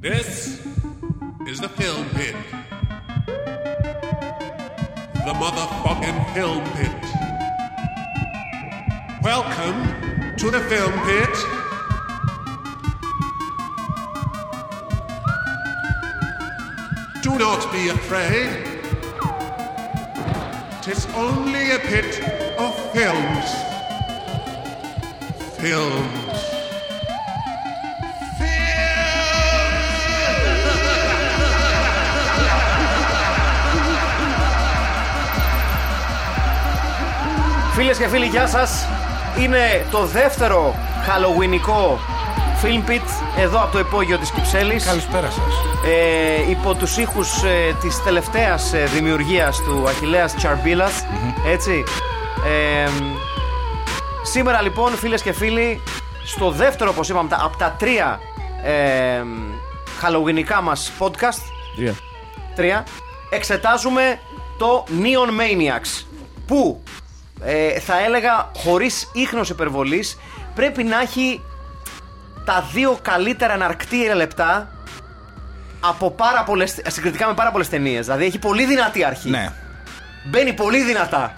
This is the film pit. The motherfucking film pit. Welcome to the film pit. Do not be afraid. Tis only a pit of films. Films. Films! Φίλες και φίλοι, γεια σας. Είναι το δεύτερο Halloweenικό Film Pit εδώ από το υπόγειο της Κυψέλης. Καλησπέρα σας. Ε, υπό τους ήχους ε, της τελευταίας ε, δημιουργίας του Αχιλέας Τσαρμπίλας, έτσι. Ε, μ, σήμερα λοιπόν φίλες και φίλοι, στο δεύτερο όπως είπαμε τα- από τα τρία ε, μ, Halloweenικά μας podcast, Τρία. τρία, εξετάζουμε το Neon Maniacs που ε, θα έλεγα χωρίς ίχνος υπερβολής πρέπει να έχει τα δύο καλύτερα εναρκτήρια λεπτά από πάρα πολλές, συγκριτικά με πάρα πολλές ταινίες. Δηλαδή έχει πολύ δυνατή αρχή. Ναι. Μπαίνει πολύ δυνατά.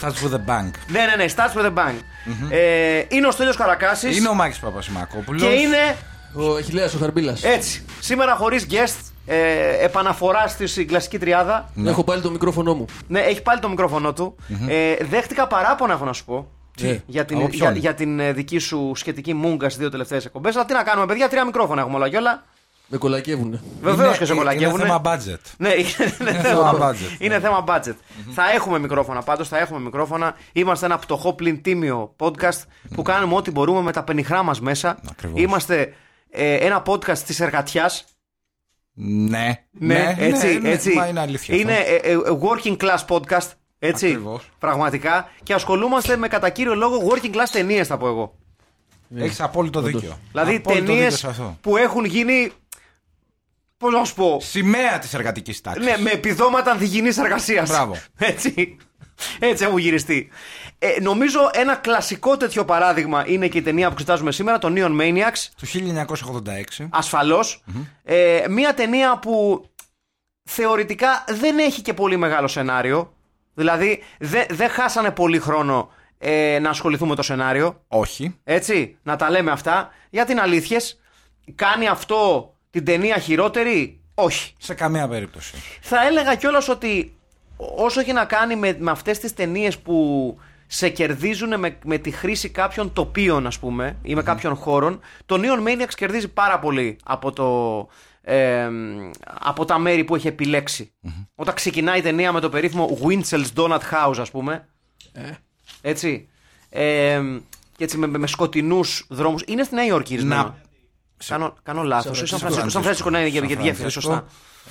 Starts with a bang. Ναι, ναι, ναι. Starts with a bang. ε, είναι ο Στέλιος Καρακάσης Είναι ο Μάκης Παπασημακόπουλος. και είναι Ο Αχιλέας ο Χαρμπίλας. έτσι. Σήμερα χωρίς guest, ε, επαναφορά στη στην κλασική τριάδα. Έχω πάλι το μικρόφωνο μου. Ναι, έχει πάλι το μικρόφωνο του. ε, δέχτηκα παράπονα, έχω να σου πω. Τι, Για την, από για, ποιον? για την ε, δική σου σχετική μούγκα στις δύο τελευταίες εκπομπές. Αλλά τι να κάνουμε, παιδιά, τρία μικρόφωνα έχουμε όλα και όλα. Με κολακεύουνε. Βεβαίως Είναι- και σε κολακεύουνε. Είναι θέμα budget. Ναι, είναι, είναι θέμα θέμα budget. ναι. Είναι θέμα budget. Θα έχουμε μικρόφωνα πάντως, θα έχουμε μικρόφωνα. Είμαστε ένα πτωχό πλην τίμιο podcast που κάνουμε ό,τι μπορούμε με τα πενιχρά μας μέσα. Ακριβώς. Είμαστε ε, ένα podcast της εργατιάς. Ναι. Ναι, έτσι. ναι, ναι, έτσι. μα είναι αλήθεια. Είναι αυτό. ε, ε, working class podcast. Έτσι. Ακριβώς. Πραγματικά. Και ασχολούμαστε με κατά κύριο λόγο working class ταινίες, θα πω εγώ. Έχεις απόλυτο δίκιο. Δηλαδή Απόλυτο ταινίε δίκιο σε αυτό. που έχουν γίνει. Πώς να σου πω. Σημαία της εργατικής τάξης. Ναι, με επιδόματα ανθυγιεινής εργασίας. Μπράβο. Έτσι. Έτσι έχουν γυριστεί. Ε, νομίζω ένα κλασικό τέτοιο παράδειγμα είναι και η ταινία που εξετάζουμε σήμερα, το Neon Maniacs. Το 1986. ασφαλώς. Ε, μια ταινία που θεωρητικά δεν έχει και πολύ μεγάλο σενάριο. Δηλαδή δεν δεν χάσανε πολύ χρόνο ε, να ασχοληθούν με το σενάριο. Όχι. Έτσι, να τα λέμε αυτά. Για την αλήθειες, κάνει αυτό την ταινία χειρότερη. Όχι. Σε καμία περίπτωση. Θα έλεγα κιόλας ότι όσο έχει να κάνει με, με αυτές τις ταινίες που σε κερδίζουν με, με τη χρήση κάποιων τοπίων ας πούμε ή με κάποιων χώρων το Neon Maniacs κερδίζει πάρα πολύ από, το, ε, από τα μέρη που έχει επιλέξει. Όταν ξεκινάει η ταινία με το περίφημο Winchell's Donut House ας πούμε έτσι ε, και έτσι με, με, με σκοτεινούς δρόμους είναι στη Νέα Υόρκη ρισμένο. Να- Κάνω, κάνω λάθος. Σαν Φρανσίσκο. Σαν Φρανσίσκο, ναι, για, για τη διεύθυνση, σωστά.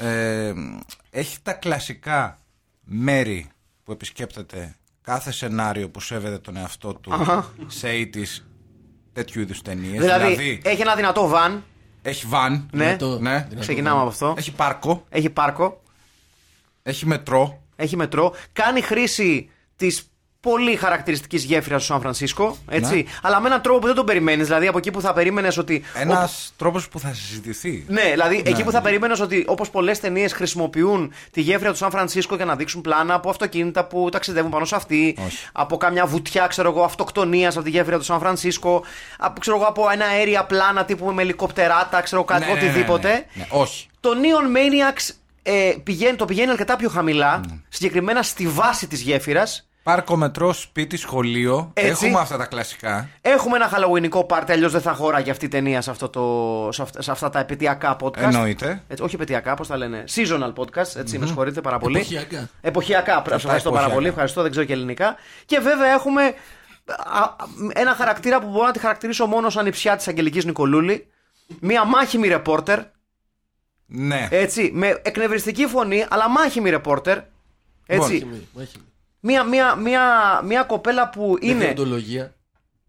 Ε, έχει τα κλασικά μέρη που επισκέπτεται κάθε σενάριο που σέβεται τον εαυτό του σε ήτης τέτοιου είδους ταινίες. Δηλαδή, έχει ένα δυνατό βαν. έχει βαν. Ναι. το- ναι. Ξεκινάμε από αυτό. Έχει πάρκο. Έχει πάρκο. Έχει μετρό. Έχει μετρό. Κάνει χρήση της πολύ χαρακτηριστικής γέφυρας του Σαν Φρανσίσκο. Έτσι. Ναι. Αλλά με έναν τρόπο που δεν τον περιμένεις. Δηλαδή από εκεί που θα περίμενες ότι. Ένας τρόπος που θα συζητηθεί. Ναι, δηλαδή εκεί που θα περίμενες ότι όπως πολλές ταινίες χρησιμοποιούν τη γέφυρα του Σαν Φρανσίσκο για να δείξουν πλάνα από αυτοκίνητα που ταξιδεύουν πάνω σε αυτή, από κάμια βουτιά, ξέρω εγώ, αυτοκτονίας από τη γέφυρα του Σαν Φρανσίσκο, από, ξέρω εγώ, από ένα αέρια πλάνα τύπου με ελικοπτεράτα, ξέρω κάτι, Ναι, ναι, ναι, ναι, ναι. οτιδήποτε. Ναι, όχι. Το Neon Maniacs ε, πηγαίνει, το πηγαίνει αρκετά πιο χαμηλά, Ναι. συγκεκριμένα στη βάση της γέφυρας. Πάρκο, μετρό, σπίτι, σχολείο. Έτσι. Έχουμε αυτά τα κλασικά. Έχουμε ένα χαλαγουινικό πάρτι, αλλιώς δεν θα χώραγε αυτή η ταινία σε, αυτό το, σε, αυτά, σε αυτά τα επαιτειακά podcast. Εννοείται. Έτσι, όχι επαιτειακά, πώς τα λένε. Seasonal podcast, έτσι, με συγχωρείτε πάρα πολύ. Εποχιακά. Εποχιακά, σε ευχαριστώ πάρα εποχιακά. πολύ. Ευχαριστώ, δεν ξέρω και ελληνικά. Και βέβαια έχουμε α, α, ένα χαρακτήρα που μπορώ να τη χαρακτηρίσω μόνο σαν υψιά της Αγγελικής Νικολούλη. Μία μάχημη ρεπόρτερ, Ναι. έτσι, με εκνευριστική φωνή, αλλά μάχημη ρεπόρτερ. Έτσι, Μάχημη, μάχημη. Μια, μια, μια, μια κοπέλα που Ναι, Με είναι διοντολογία.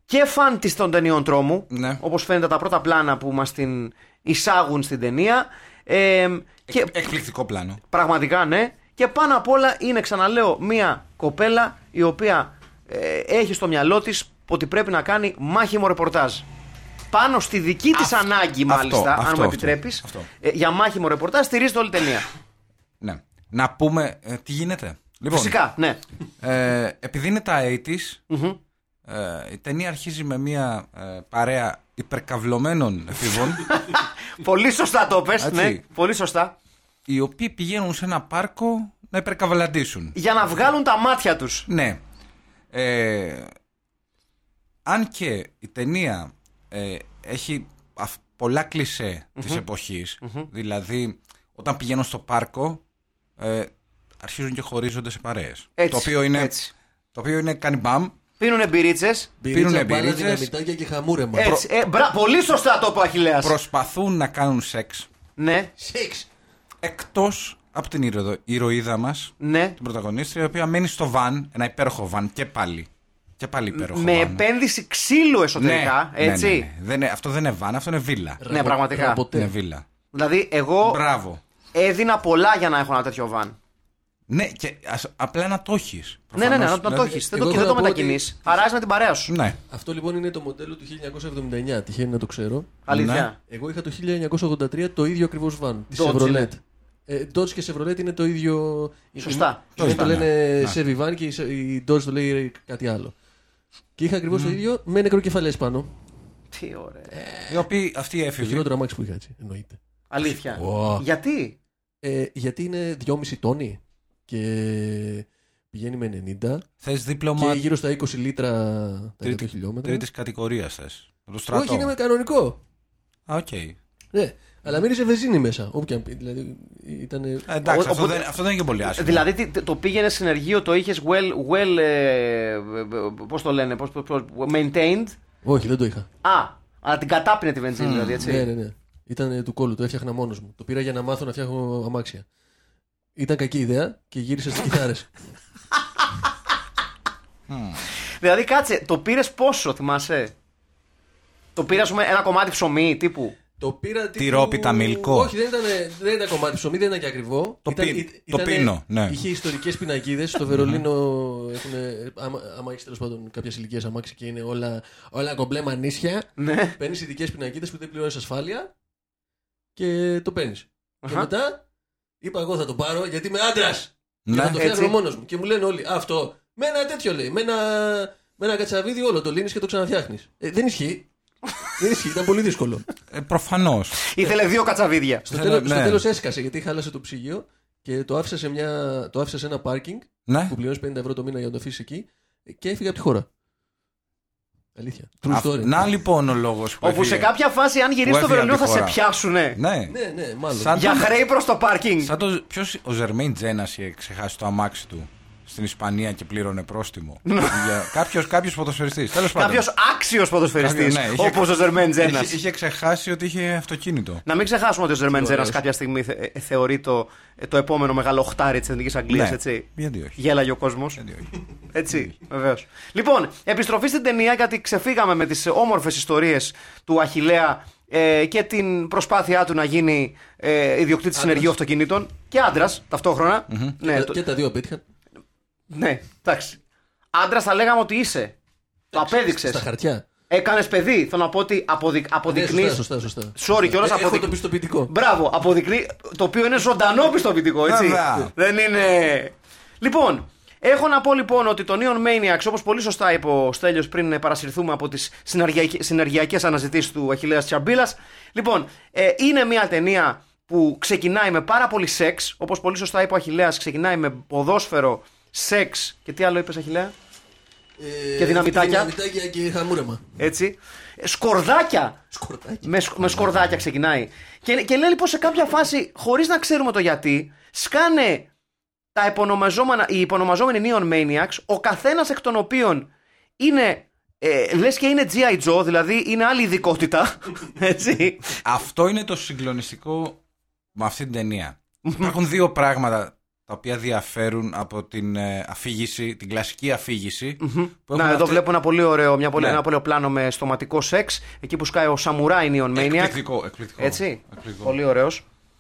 και φαν της των ταινιών τρόμου, Ναι. όπως φαίνεται από τα πρώτα πλάνα που μας την εισάγουν στην ταινία, ε, και Εκπληκτικό πλάνο. πραγματικά ναι, και πάνω απ' όλα είναι ξαναλέω μια κοπέλα η οποία ε, έχει στο μυαλό της ότι πρέπει να κάνει μάχημο ρεπορτάζ. πάνω στη δική της ανάγκη, μάλιστα, αυτό, αν μου αυτό. επιτρέπεις, Αυτό. Λοιπόν. για μάχημο ρεπορτάζ, στηρίζεται όλη η ταινία. Ναι. Να πούμε ε, τι γίνεται. Λοιπόν, Φυσικά, ναι. Ε, επειδή είναι τα 80s, ε, η ταινία αρχίζει με μια ε, παρέα υπερκαυλωμένων εφήβων, πολύ σωστά το πες, Έτσι. ναι. Πολύ σωστά. οι οποίοι πηγαίνουν σε ένα πάρκο να υπερκαυλαντήσουν. Για να βγάλουν τα μάτια τους. Ναι. Ε, αν και η ταινία ε, έχει αυ- πολλά κλισέ της εποχης Δηλαδή, όταν πηγαίνουν στο πάρκο, ε, αρχίζουν και χωρίζονται σε παρέες. Έτσι, το οποίο είναι, έτσι. Το οποίο είναι κάνει μπαμ. Πίνουν μπυρίτσε. Πίνουνε Πήρουν μπάλα, μπυρίτσες. δυναμητάκια και χαμούρεμα. Έτσι. Ε, μπρα- πολύ σωστά το είπε ο Αχιλέας. Προσπαθούν να κάνουν σεξ. Ναι, Σεξ. Εκτός από την ηρωδο- ηρωίδα μας, ναι. την πρωταγωνίστρια, η οποία μένει στο βαν, ένα υπέροχο βαν και πάλι. Και πάλι υπέροχο Με βαν. επένδυση ξύλου εσωτερικά, ναι, ναι, έτσι. ναι, ναι. Δεν είναι- αυτό δεν είναι βαν, αυτό είναι βίλα. Ναι, πραγματικά. Είναι Ποτέ. βίλα. Δηλαδή, εγώ Μπράβο. έδινα πολλά για να έχω ένα τέτοιο βαν. Ναι, και ας- απλά να το έχεις. Ναι, ναι, ναι, να, να το έχει. Δηλαδή, Δεν το, εγώ και δεν θέλω το να πω μετακινεί. ότι- Αράζει με την παρέα σου. Ναι. Αυτό λοιπόν είναι το μοντέλο του 1979. Τυχαίνει να το ξέρω. Ναι. Αλήθεια. Εγώ είχα το 1983 το ίδιο ακριβώς βαν. Τη Dodge, Chevrolet. ναι. Ε, Dodge και Chevrolet είναι το ίδιο. Σωστά. Η μία Σωστά, το λένε ναι. Chevy van και η Se- η Dodge το λέει κάτι άλλο. Και είχα ακριβώς το ίδιο με νεκροκεφαλές πάνω. Τι ωραία. Οι οποίοι αυτοί οι Το έφηβοι. χειρότερο αμάξι που είχα έτσι. Εννοείται. Αλήθεια. Wow. Γιατί. Ε, γιατί είναι 2,5 τόνοι και πηγαίνει με 90 Θε και δίπλωμα γύρω στα 20 λίτρα τα 100 χιλιόμετρα. τρίτης κατηγορίας θες. Το Όχι, στρατό. είναι με κανονικό. Α, οκ. Ε, Ναι, αλλά μύριζε βενζίνη μέσα. Όπου και αν πει. Δηλαδή ήταν. Ε, Εντάξει, Ο- αυτό, οπότε- δεν, αυτό δεν είναι και πολύ άσχημο. Δηλαδή τι- το πήγαινε συνεργείο, το είχες well. well ε, πώς το λένε, πώς, πώς- πώς- maintained. Όχι, δεν το είχα. Α, αλλά την κατάπινε τη βενζίνη δηλαδή έτσι. Ναι, ναι, ναι. Ήταν του κόλλου, το έφτιαχνα μόνος μου. Το πήρα για να μάθω να φτιάχνω αμάξια. Ήταν κακή ιδέα και γύρισα στι κιθάρες. Δηλαδή κάτσε, το πήρες πόσο θυμάσαι. Το πήρες, ας πούμε, ένα κομμάτι ψωμί τύπου. το πήρα. τύπου- Τυρόπιτα, μιλκό. Όχι, δεν ήταν, δεν ήταν κομμάτι ψωμί, δεν ήταν και ακριβό. Το ήταν, πι- ή- το πίνω, ναι. Είχε ιστορικές πινακίδες. Στο Βερολίνο έχουν. Άμα, άμα έχεις τέλος πάντων κάποιες ηλικίες αμάξι και είναι όλα, όλα κομπλέ μανίσια. Ναι. Παίρνεις ειδικές πινακίδες που δεν πληρώνεις ασφάλεια και το παίρνεις. Και μετά είπα εγώ θα το πάρω γιατί είμαι άντρας. Και Ναι. Δηλαδή- θα το φτιάχνω Έτσι. μόνος μου. Και μου λένε όλοι «Α, αυτό. Με ένα τέτοιο λέει. Με ένα, με ένα κατσαβίδι όλο το λύνεις και το ξαναφτιάχνεις. Ε, δεν ισχύει. δεν ισχύει, ήταν πολύ δύσκολο. Ε, Προφανώς. Ήθελε δύο κατσαβίδια. στο Θέλω- τέλο ναι. τέλος έσκασε γιατί χάλασε το ψυγείο και το άφησα σε, μια, το άφησα σε ένα πάρκινγκ ναι. που πληρώνεις 50 ευρώ το μήνα για να το αφήσεις εκεί και έφυγα από τη χώρα. Αλήθεια. True Α, story. Να λοιπόν ο λόγος που. Όπου σε έφυγε. κάποια φάση, αν γυρίσει Που στο έφυγε Βερολίνο, από θα τη σε χώρα. πιάσουνε. Ναι. Ναι, ναι, μάλλον. Σαν Για τον- χρέη προς το πάρκινγκ. Σαν το. Ποιος. Ο Ζερμέιν Τζένας είχε ξεχάσει το αμάξι του στην Ισπανία και πλήρωνε πρόστιμο. Ναι. Κάποιος κάποιος ποδοσφαιριστή. Τέλος πάντων. Κάποιος άξιος ποδοσφαιριστή. Κάποιος, ναι, είχε- Όπως ο Ζερμέν Τζένας. Είχε, είχε ξεχάσει ότι είχε αυτοκίνητο. Να μην ξεχάσουμε ότι ο Ζερμέν Τζένα ωραίος. κάποια στιγμή θε- ε, θεωρεί το, ε, το επόμενο μεγάλο χτάρι της Εθνικής Αγγλίας, Ναι. έτσι. Γιατί όχι. Γέλαγε ο κόσμος. Γιατί όχι. Έτσι, βεβαίως. Λοιπόν, επιστροφή στην ταινία γιατί ξεφύγαμε με τις όμορφες ιστορίες του Αχηλέα ε, και την προσπάθειά του να γίνει ε, ιδιοκτήτης συνεργείου αυτοκινήτων και άντρας ταυτόχρονα. Ναι, Και- το- Ε, Και τα δύο απέτυχαν. ναι, εντάξει. Άντρας θα λέγαμε ότι είσαι. Το απέδειξες. Στα χαρτιά. Έκανες παιδί. Θέλω να πω ότι αποδεικ... Ναι, αποδεικνύεις. σωστά, σωστά, σωστά. Sorry, κιόλας Ε, Έχω το αποδεικνύει. πιστοποιητικό. Μπράβο, αποδεικνύει. Το οποίο είναι ζωντανό πιστοποιητικό, έτσι. Βέβαια. Δεν είναι. Λοιπόν, έχω να πω λοιπόν ότι το Neon Maniacs, όπως πολύ σωστά είπε ο Στέλιος πριν ε, παρασυρθούμε από τις συνεργειακές αναζητήσεις του Αχηλέα Τσαμπίλας. Λοιπόν, ε, είναι μια ταινία που ξεκινάει με πάρα πολύ σεξ. Όπως πολύ σωστά είπε ο Αχηλέα, ξεκινάει με ποδόσφαιρο, σεξ και τι άλλο είπες, Αχηλέα. Ε, Και δυναμητάκια. Δυναμητάκια και χαμούρεμα. Έτσι. Ε, Σκορδάκια. Σκορτάκι. Με, σκ- με σκορδάκια ξεκινάει. Και, και λέει λοιπόν σε κάποια φάση, χωρίς να ξέρουμε το γιατί, σκάνε τα υπονομαζόμενα, οι υπονομαζόμενοι Neon Maniacs, ο καθένας εκ των οποίων είναι. Ε, Λες και είναι G.I. Joe, δηλαδή είναι άλλη ειδικότητα. Έτσι. Αυτό είναι το συγκλονιστικό με αυτή την ταινία. Υπάρχουν δύο πράγματα τα οποία διαφέρουν από την ε, αφήγηση, την κλασική αφήγηση. που Να, έχουν εδώ αυτή- βλέπω ένα πολύ ωραίο, μια πολύ, Ναι. ένα πολύ ωραίο πλάνο με στοματικό σεξ, εκεί που σκάει ο Σαμουράι Neon Maniac. Εκπληκτικό, εκπληκτικό. Έτσι. εκπληκτικό. Πολύ ωραίος.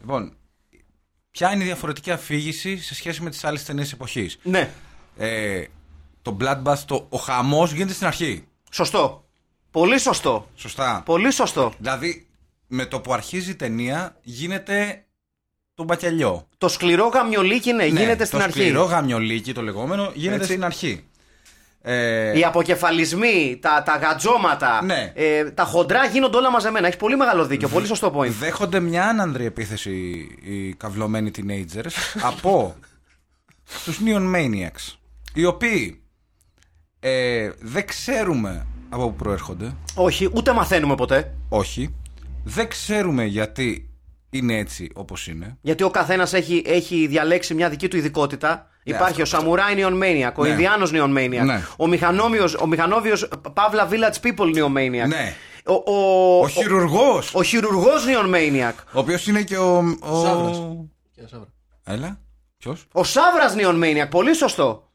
Λοιπόν, ποια είναι η διαφορετική αφήγηση σε σχέση με τις άλλες ταινίες εποχής. Ναι. Ε, το Bloodbath, το, ο χαμός γίνεται στην αρχή. Σωστό. Πολύ σωστό. Σωστά. Πολύ σωστό. Δηλαδή, με το που αρχίζει η ταινία, γίνεται το μπακελιό. Το σκληρό γαμιολίκι, ναι, Ναι, γίνεται στην το αρχή. σκληρό γαμιολίκι το λεγόμενο γίνεται Έτσι. στην αρχή. Ε, Οι αποκεφαλισμοί, τα, τα γατζώματα, Ναι. ε, τα χοντρά γίνονται όλα μαζεμένα. Έχει πολύ μεγάλο δίκιο. Πολύ σωστό point. Δέχονται μια άνανδρη επίθεση οι καυλωμένοι teenagers από τους Neon Maniacs, οι οποίοι ε, δεν ξέρουμε από πού προέρχονται, Όχι, ούτε μαθαίνουμε ποτέ. όχι, δεν ξέρουμε γιατί είναι έτσι όπως είναι. Γιατί ο καθένας έχει, έχει διαλέξει μια δική του ειδικότητα. Υπάρχει Ναι, αυτό- ο Σαμουράι Neon Maniac, ο Ναι. Ινδιάνος Neon Maniac, Ναι. ο Μηχανόμιος, ο Μηχανόβιος Παύλα Village People Neon Maniac. Ναι. Ο, ο, Ο χειρουργός, ο, ο χειρουργός Neon Maniac. οποίος είναι και ο... ο... Σάβρας. Κύριε Σάβρα. Έλα, ποιος? Ο Σάβρας Neon Maniac, πολύ σωστό.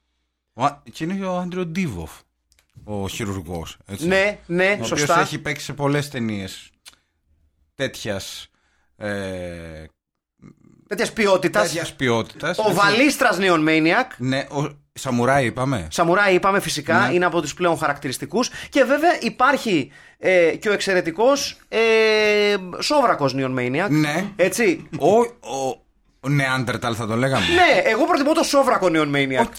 Ο, Α- και είναι και ο Άντριο Ντίβοφ, ο χειρουργός. Έτσι. Ναι, ναι, Ο οποίος σωστά. έχει παίξει σε πολλές ταινίες τέτοιας ε, Τέτοιας ποιότητας. τέτοιας ποιότητας. Ο Έτσι. Βαλίστρας Neon Maniac. Ναι, ο Σαμουράι είπαμε. Σαμουράι είπαμε φυσικά, Ναι. είναι από τους πλέον χαρακτηριστικούς και βέβαια υπάρχει ε, και ο εξαιρετικός ε, Σόβρακος Neon Maniac. Ναι. Έτσι. Ο, ο, ο Νεάντερταλ θα το λέγαμε. ναι, εγώ προτιμώ το Σόβρακο Neon Maniac. Οκ.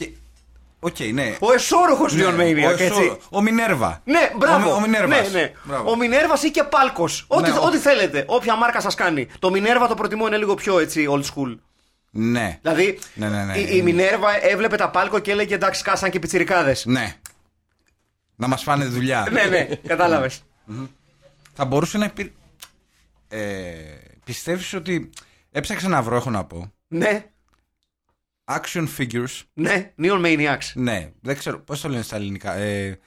Οκ, ναι. Ο εσόροχος Neon ο, Maniac, Εσό- έτσι. ο Μινέρβα. Ναι, μπράβο. Ο, ο Μινέρβας. Ναι, ναι. Μπράβο. Ο Μινέρβας ή και Πάλκος. Ό,τι, Ναι, ο- ό,τι θέλετε. Όποια μάρκα σας κάνει. Το Μινέρβα το προτιμώ είναι λίγο πιο έτσι old school. Ναι. Δηλαδή Ναι, ναι, ναι. η, η Μινέρβα έβλεπε τα Πάλκο και έλεγε εντάξει, κάσαν και πιτσιρικάδες. Ναι. Να μας φάνε δουλειά. ναι, ναι, κατάλαβες. Θα μπορούσε να υπήρ... Ε, πιστεύεις ότι έψαξα να βρω, έχω να πω. ναι, Action figures. ναι, Neon Maniacs. Ναι, δεν ξέρω πώς το λένε στα ελληνικά. Ε,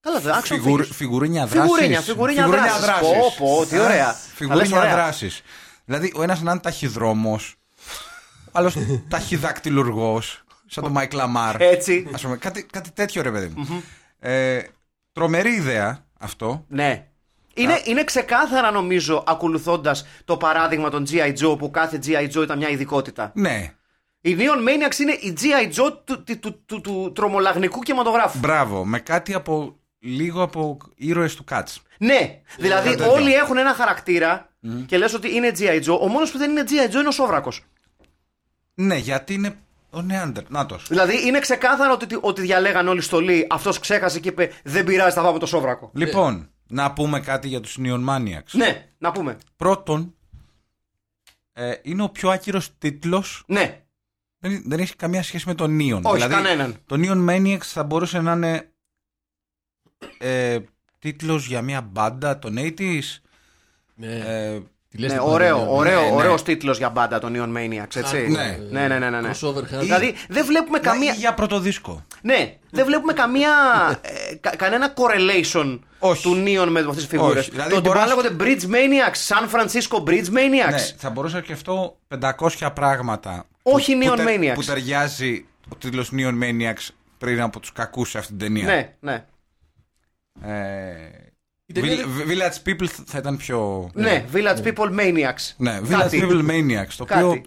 Καλά, δεν άξιο. Φιγουρ, φιγουρίνια δράσης. Φιγουρίνια, φιγουρίνια δράσης. Πω, πω, τι ωραία. Τα λες Φιγουρίνια ωραία. δράσης. Δηλαδή, ο ένας να είναι ταχυδρόμος, ο άλλος ταχυδακτυλουργό, σαν τον Μάικλ Αμάρ. Έτσι. Ας πούμε, κάτι, κάτι τέτοιο ρε παιδί μου. ε, τρομερή ιδέα αυτό. Ναι. Είναι, είναι ξεκάθαρα νομίζω ακολουθώντας το παράδειγμα των G.I. Joe που κάθε G.I. Joe ήταν μια ειδικότητα. Ναι, Η Neon Maniacs είναι η G.I. Joe του, του, του, του, του τρομολαγνικού κινηματογράφου. μπράβο, με κάτι από λίγο από ήρωες του Κάτ. Ναι, δηλαδή τέτοιο. όλοι έχουν ένα χαρακτήρα και λες ότι είναι G.I. Joe. Ο μόνος που δεν είναι G.I. Joe είναι ο Σόβρακος. Ναι, γιατί είναι ο Νεάντερ. Νάτος. Δηλαδή είναι ξεκάθαρο ότι, ότι διαλέγαν όλοι στολή. Αυτός ξέχασε και είπε δεν πειράζει θα πάμε το Σόβρακο. Λοιπόν, να πούμε κάτι για τους Neon Maniacs. Ναι, να πούμε. Πρώτον, ε, είναι ο πιο άκυρος τίτλος Ναι, Δεν, δεν έχει καμία σχέση με τον Neon. Δηλαδή, Όχι, κανέναν. Το Neon Maniacs θα μπορούσε να είναι ε, τίτλος για μια μπάντα των 80s. Ναι. Ε, Τι λες, ναι τι ωραίο, πάνε, ωραίο, ναι. ωραίος τίτλος για μπάντα των Neon Maniacs, έτσι. Ναι. ναι, ναι, ναι. ναι, ναι. Crossover hand. Δηλαδή δεν βλέπουμε καμία... ή για πρώτο δίσκο. Ναι, δεν βλέπουμε καμία. ε, κα- κανένα correlation Όχι. του Neon με αυτές τις φιγούρες. Όχι. Δηλαδή το ότι μπορείς- μπορεί να λέγονται Bridge Maniacs, San Francisco Bridge Maniacs. Ναι, θα μπορούσα να σκεφτώ 500 πράγματα. Όχι Neon τε- Maniacs. Που ταιριάζει ο τίτλος Neon Maniacs πριν από τους κακούς σε αυτήν την ταινία. Ναι, ναι. Ε, Η ταινία Vill- Village People θα ήταν πιο... Ναι, Village People Maniacs. Ναι, Village Κάτι. People Maniacs. Το Κάτι. οποίο...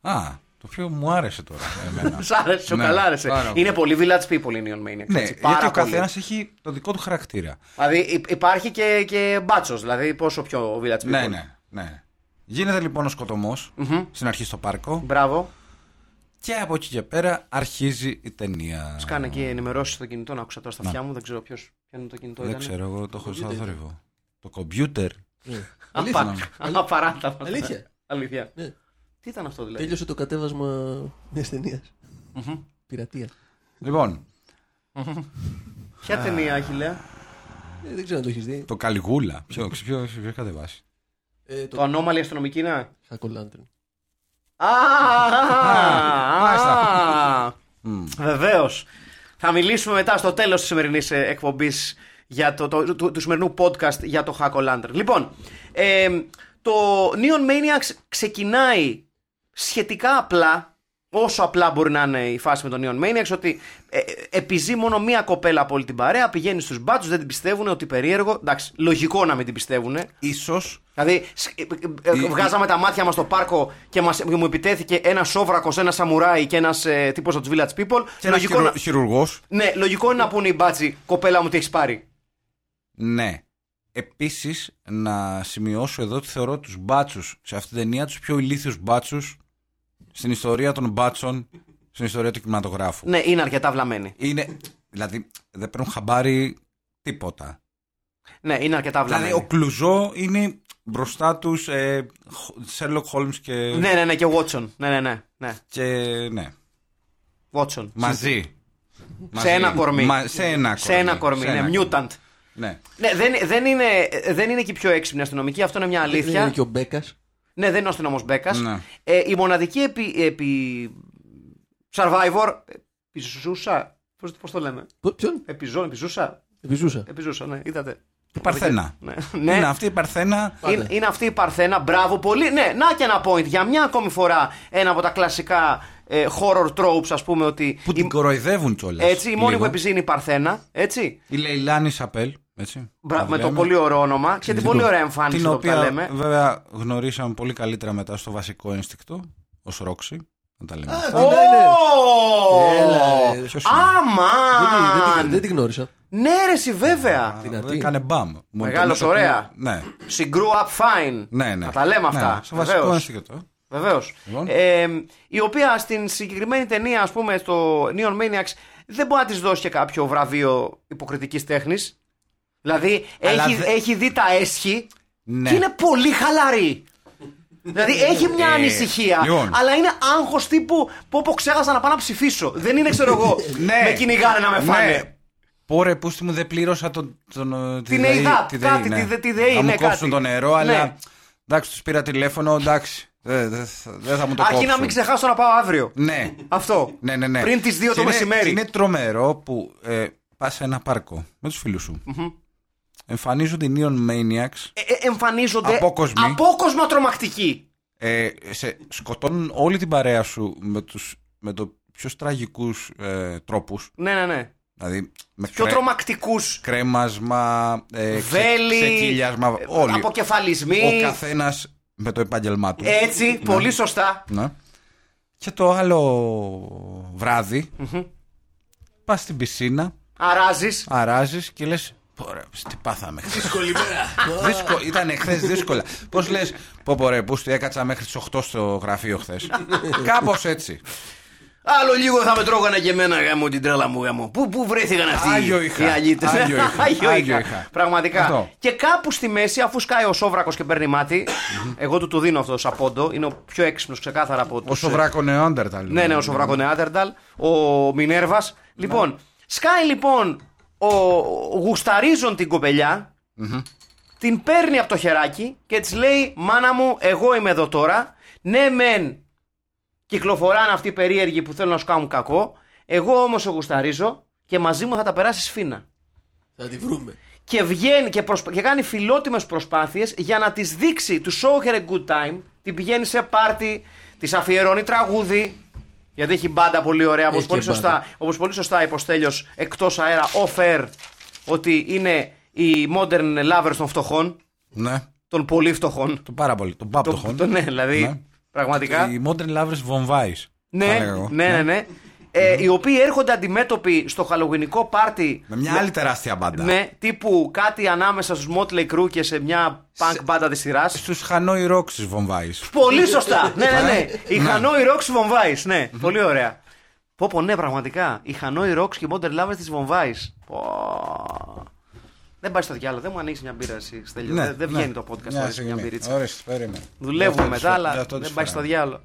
Α, το οποίο μου άρεσε τώρα εμένα. Σ' άρεσε, σου Ναι, καλά άρεσε. πάρα πολύ. Είναι πολύ Village People οι Neon Maniacs. Ναι, έτσι, γιατί πάρα ο πολύ. καθένας έχει το δικό του χαρακτήρα. Δηλαδή υ- υπάρχει και, και μπάτσος, δηλαδή πόσο πιο Village People. Ναι, ναι, ναι. Γίνεται λοιπόν ο σκοτωμος στην αρχή στο πάρκο Μπράβο. και από εκεί και πέρα αρχίζει η ταινία. Κάνε εκεί ενημερώσεις στο κινητό να άκουσα τώρα στα αυτιά μου. Δεν ξέρω ποιος- ποιο είναι το κινητό. Δεν ήταν. ξέρω, εγώ το έχω στο θόρυβο. Το κομπιούτερ. Ναι. Απα... Αλήθεια. Απαράτατα. Αλήθεια. Αλήθεια. Ναι. Τι ήταν αυτό δηλαδή. Τέλειωσε το κατέβασμα μιας ταινίας. Πειρατεία. Λοιπόν, Ποια ταινία, Αχιλέα. Ε, δεν ξέρω αν το έχεις δει. το Καλιγούλα. Ποιο, ποιο, ποιο κατεβάσει. Ε, Το το ανώμαλη αστυνομική να. Χακολάντριν. Α, μάλιστα. Βεβαίως. Θα μιλήσουμε μετά στο τέλος της σημερινής εκπομπή ε, για το, το- του, του σημερινού podcast για το Hack Lantern. Λοιπόν, ε, το Neon Maniacs ξεκινάει σχετικά απλά, όσο απλά μπορεί να είναι η φάση με τον Neon Maniacs, ότι ε, ε, επιζεί μόνο μία κοπέλα από όλη την παρέα, πηγαίνει στους μπάτσους, δεν την πιστεύουν, ότι περίεργο. Εντάξει, λογικό να μην την πιστεύουν. Ίσως Δηλαδή, σ- ε, ε, ε, Η- βγάζαμε τα μάτια μας στο πάρκο και μας, και μου επιτέθηκε ένα σόβρακος, ένα σαμουράι και ένας ε, τύπος από τους Village People. και ένας λογικό, χειρουργό. να, ναι, λογικό είναι να πούνε οι μπάτσι, κοπέλα μου τι έχεις πάρει. Ναι. Επίσης, να σημειώσω εδώ ότι θεωρώ τους μπάτσους σε αυτήν την ταινία τους πιο ηλίθιους μπάτσους στην ιστορία των μπάτσων, στην ιστορία του κινηματογράφου. Ναι, είναι αρκετά βλαμμένη. Είναι, δηλαδή, δεν παίρνουν χαμπάρι τίποτα. Ναι, είναι αρκετά βλαμμένη. Δηλαδή, ο Κλουζό είναι μπροστά τους ε, Sherlock Holmes και. Ναι, ναι, ναι, και Watson. Ναι, ναι, ναι. ναι. και ναι. Watson. Μαζί. Μαζί. Σε ένα κορμί. Μα- σε ένα κορμί. Σε ένα κορμί. Σε ένα Ναι, mutant. Ναι. Ναι, δεν, δεν, είναι, δεν είναι και η πιο έξυπνη αστυνομική, αυτό είναι μια Δεν είναι αλήθεια. και ο Μπέκας. Ναι, δεν είναι ο αστυνόμο Μπέκας. Ναι. Ε, η μοναδική επί. επί survivor. Επιζούσα. Πώς πώς το λέμε. Ποιον? Ε, Επιζώ, επιζούσα. Επιζούσα. Επιζούσα, ναι, είδατε. Η Παρθένα. Ναι. ναι. Είναι αυτή η Παρθένα. Είναι, είναι αυτή η Παρθένα, μπράβο πολύ. Ναι, να και ένα point. Για μια ακόμη φορά ένα από τα κλασικά ε, horror tropes, ας πούμε, ότι. Που η- την κοροϊδεύουν κιόλας. έτσι, η μόνη που επιζήνει η Παρθένα, έτσι. Η Λεϊλάνη Σαπέλ. Έτσι, Μπρα- Να με το λέμε. πολύ ωραίο όνομα και την πολύ ωραία εμφάνιση Την εδώ που τα οποία Ναι, λέμε. βέβαια γνωρίσαμε πολύ καλύτερα μετά στο βασικό ένστικτο. Ως Ρόξι. Να τα λέμε. Ε, αυτά. Ναι, ναι. Έλα, Ποιος ρε. είναι? Δεν τη- δεν τη- Αμάν! Δεν την γνώρισα. Ναι, ρε, συ, βέβαια. δυνατή. Δεν Κάνε μπαμ. Μου Μεγάλος, το- ωραία. Ναι, She grew up fine. ναι, ναι. Να τα λέμε αυτά. Ναι, στο βασικό Βεβαίως. ένστικτο. Βεβαίως. Λοιπόν. Ε, η οποία στην συγκεκριμένη ταινία, ας πούμε, στο Neon Maniacs, δεν μπορεί να της δώσει και κάποιο βραβείο υποκριτικής τέχνης. Δηλαδή, Αλλά έχει, δε- έχει δει τα έσχη Ναι. και είναι πολύ χαλαρή. δηλαδή, έχει μια Ε, ανησυχία, λοιπόν. αλλά είναι άγχος τύπου που όπου ξέχασα να πάω να ψηφίσω. Δεν είναι, ξέρω εγώ, Ναι. με κυνηγάνε να με Ε, φάνε. Ναι. Πόρε, πούστη μου, δεν πλήρωσα τον, τον, ε, τη Την ΔΕΗ, ΕΙΔΑΠ, τη κάτι, ναι. τη δε- τη ΔΕΗ, Να μου ναι, κόψουν κάτι. το νερό, Ναι. αλλά εντάξει, τους πήρα τηλέφωνο, εντάξει. Δεν δεν θα- δεν θα μου το κόψουν. Άρχι να μην ξεχάσω να πάω αύριο. Ναι. Αυτό. Ναι, ναι, ναι. Πριν τις 2 Και το είναι- μεσημέρι. Είναι τρομερό που ε, πας σε ένα πάρκο με τους φίλους σου. Εμφανίζονται οι Neon Maniacs. Ε, ε, εμφανίζονται Απόκοσμοι. απόκοσμα τρομακτικοί. Ε, σε, σκοτώνουν όλη την παρέα σου με, τους, με το πιο τραγικούς ε, τρόπους. Ναι, ναι, ναι. Δηλαδή με Πιο κρέ- τρομακτικούς. κρέμασμα, ε, ξε- Βέλη. ε, ξεκυλιάσμα. Όλοι. Ο Αποκεφαλισμοί. καθένας με το επάγγελμά του. Έτσι, πολύ σωστά. Ναι. Και το άλλο βράδυ πας στην πισίνα, Αράζεις. αράζεις και λες Πόρα, τι πάθαμε χθες. Δύσκολη μέρα. Δύσκολο, ήταν χθες δύσκολα. Πώς λες, Πω πω ρε, πού στη έκατσα μέχρι τις 8 στο γραφείο χθες. Κάπως έτσι. Άλλο λίγο θα με τρώγανε και εμένα γάμο την τρέλα μου γάμο. Πού, πού βρέθηκαν αυτοί Άγιο οι- είχα. οι αλήτες. Άγιο είχα. Άγιο Άγιο είχα. είχα. Πραγματικά. Αυτό. Και κάπου στη μέση, αφού σκάει ο Σόβρακος και παίρνει μάτι, εγώ του το δίνω αυτό σαν πόντο. Είναι ο πιο έξυπνος ξεκάθαρα από Ο τους- ε, Σοβράκο Νεόντερταλ. Ναι, ναι, ο Σοβράκο Νεάτερνταλ, ο Μινέρβας. Λοιπόν, σκάει λοιπόν ο ο- γουσταρίζον την κοπελιά, την παίρνει από το χεράκι και της λέει: Μάνα μου, εγώ είμαι εδώ τώρα. Ναι, μεν κυκλοφοράνε αυτοί οι περίεργοι που θέλουν να σου κάνουν κακό. Εγώ όμως σε γουσταρίζω και μαζί μου θα τα περάσει φίνα. Θα τη βρούμε. Και βγαίνει και, προσπα- και κάνει φιλότιμες προσπάθειες για να της δείξει του show her a good time. Την πηγαίνει σε πάρτι, της αφιερώνει τραγούδι. Γιατί έχει μπάντα πολύ ωραία, όπως Έχει πολύ, και μπάντα. σωστά- όπως πολύ σωστά είπε ο Στέλιος, εκτός αέρα, off air, ότι είναι οι modern lovers των φτωχών, Ναι, των πολύ φτωχών. το πάρα πολύ. Τον Πάπ το χόν. Των- ναι, δηλαδή, Ναι. πραγματικά. Οι Modern Lovers Βομβάη. Ναι, ναι, ναι, ναι. Ε, οι οποίοι έρχονται αντιμέτωποι στο χαλογενικό πάρτι Με μια άλλη τεράστια μπάντα. Ναι, τύπου κάτι ανάμεσα στους Motley Crue και σε μια punk μπάντα της σειράς. Στους Χανόι Ρόξ τη Βομβάη. Πολύ σωστά! ναι, ναι, ναι. Η Hanoi Rocks Βομβάης, ναι. Πολύ ωραία. Πω πω, ναι, πραγματικά. Η Hanoi Rocks και οι Modern Lovers της Βομβάης. Πω. Δεν πάει στο διάλογο, δεν μου ανοίξεις μια μπύρα εσύ, Στέλιο. Ε, Ναι, δεν, δεν βγαίνει το podcast, μου ανοίξεις μια μπύριτσα. Ορίστε, περίμενε. Δουλεύουμε Για μετά, αυτό- για αλλά αυτό δεν ναι, της πάει στο φοράμε. διάλογο.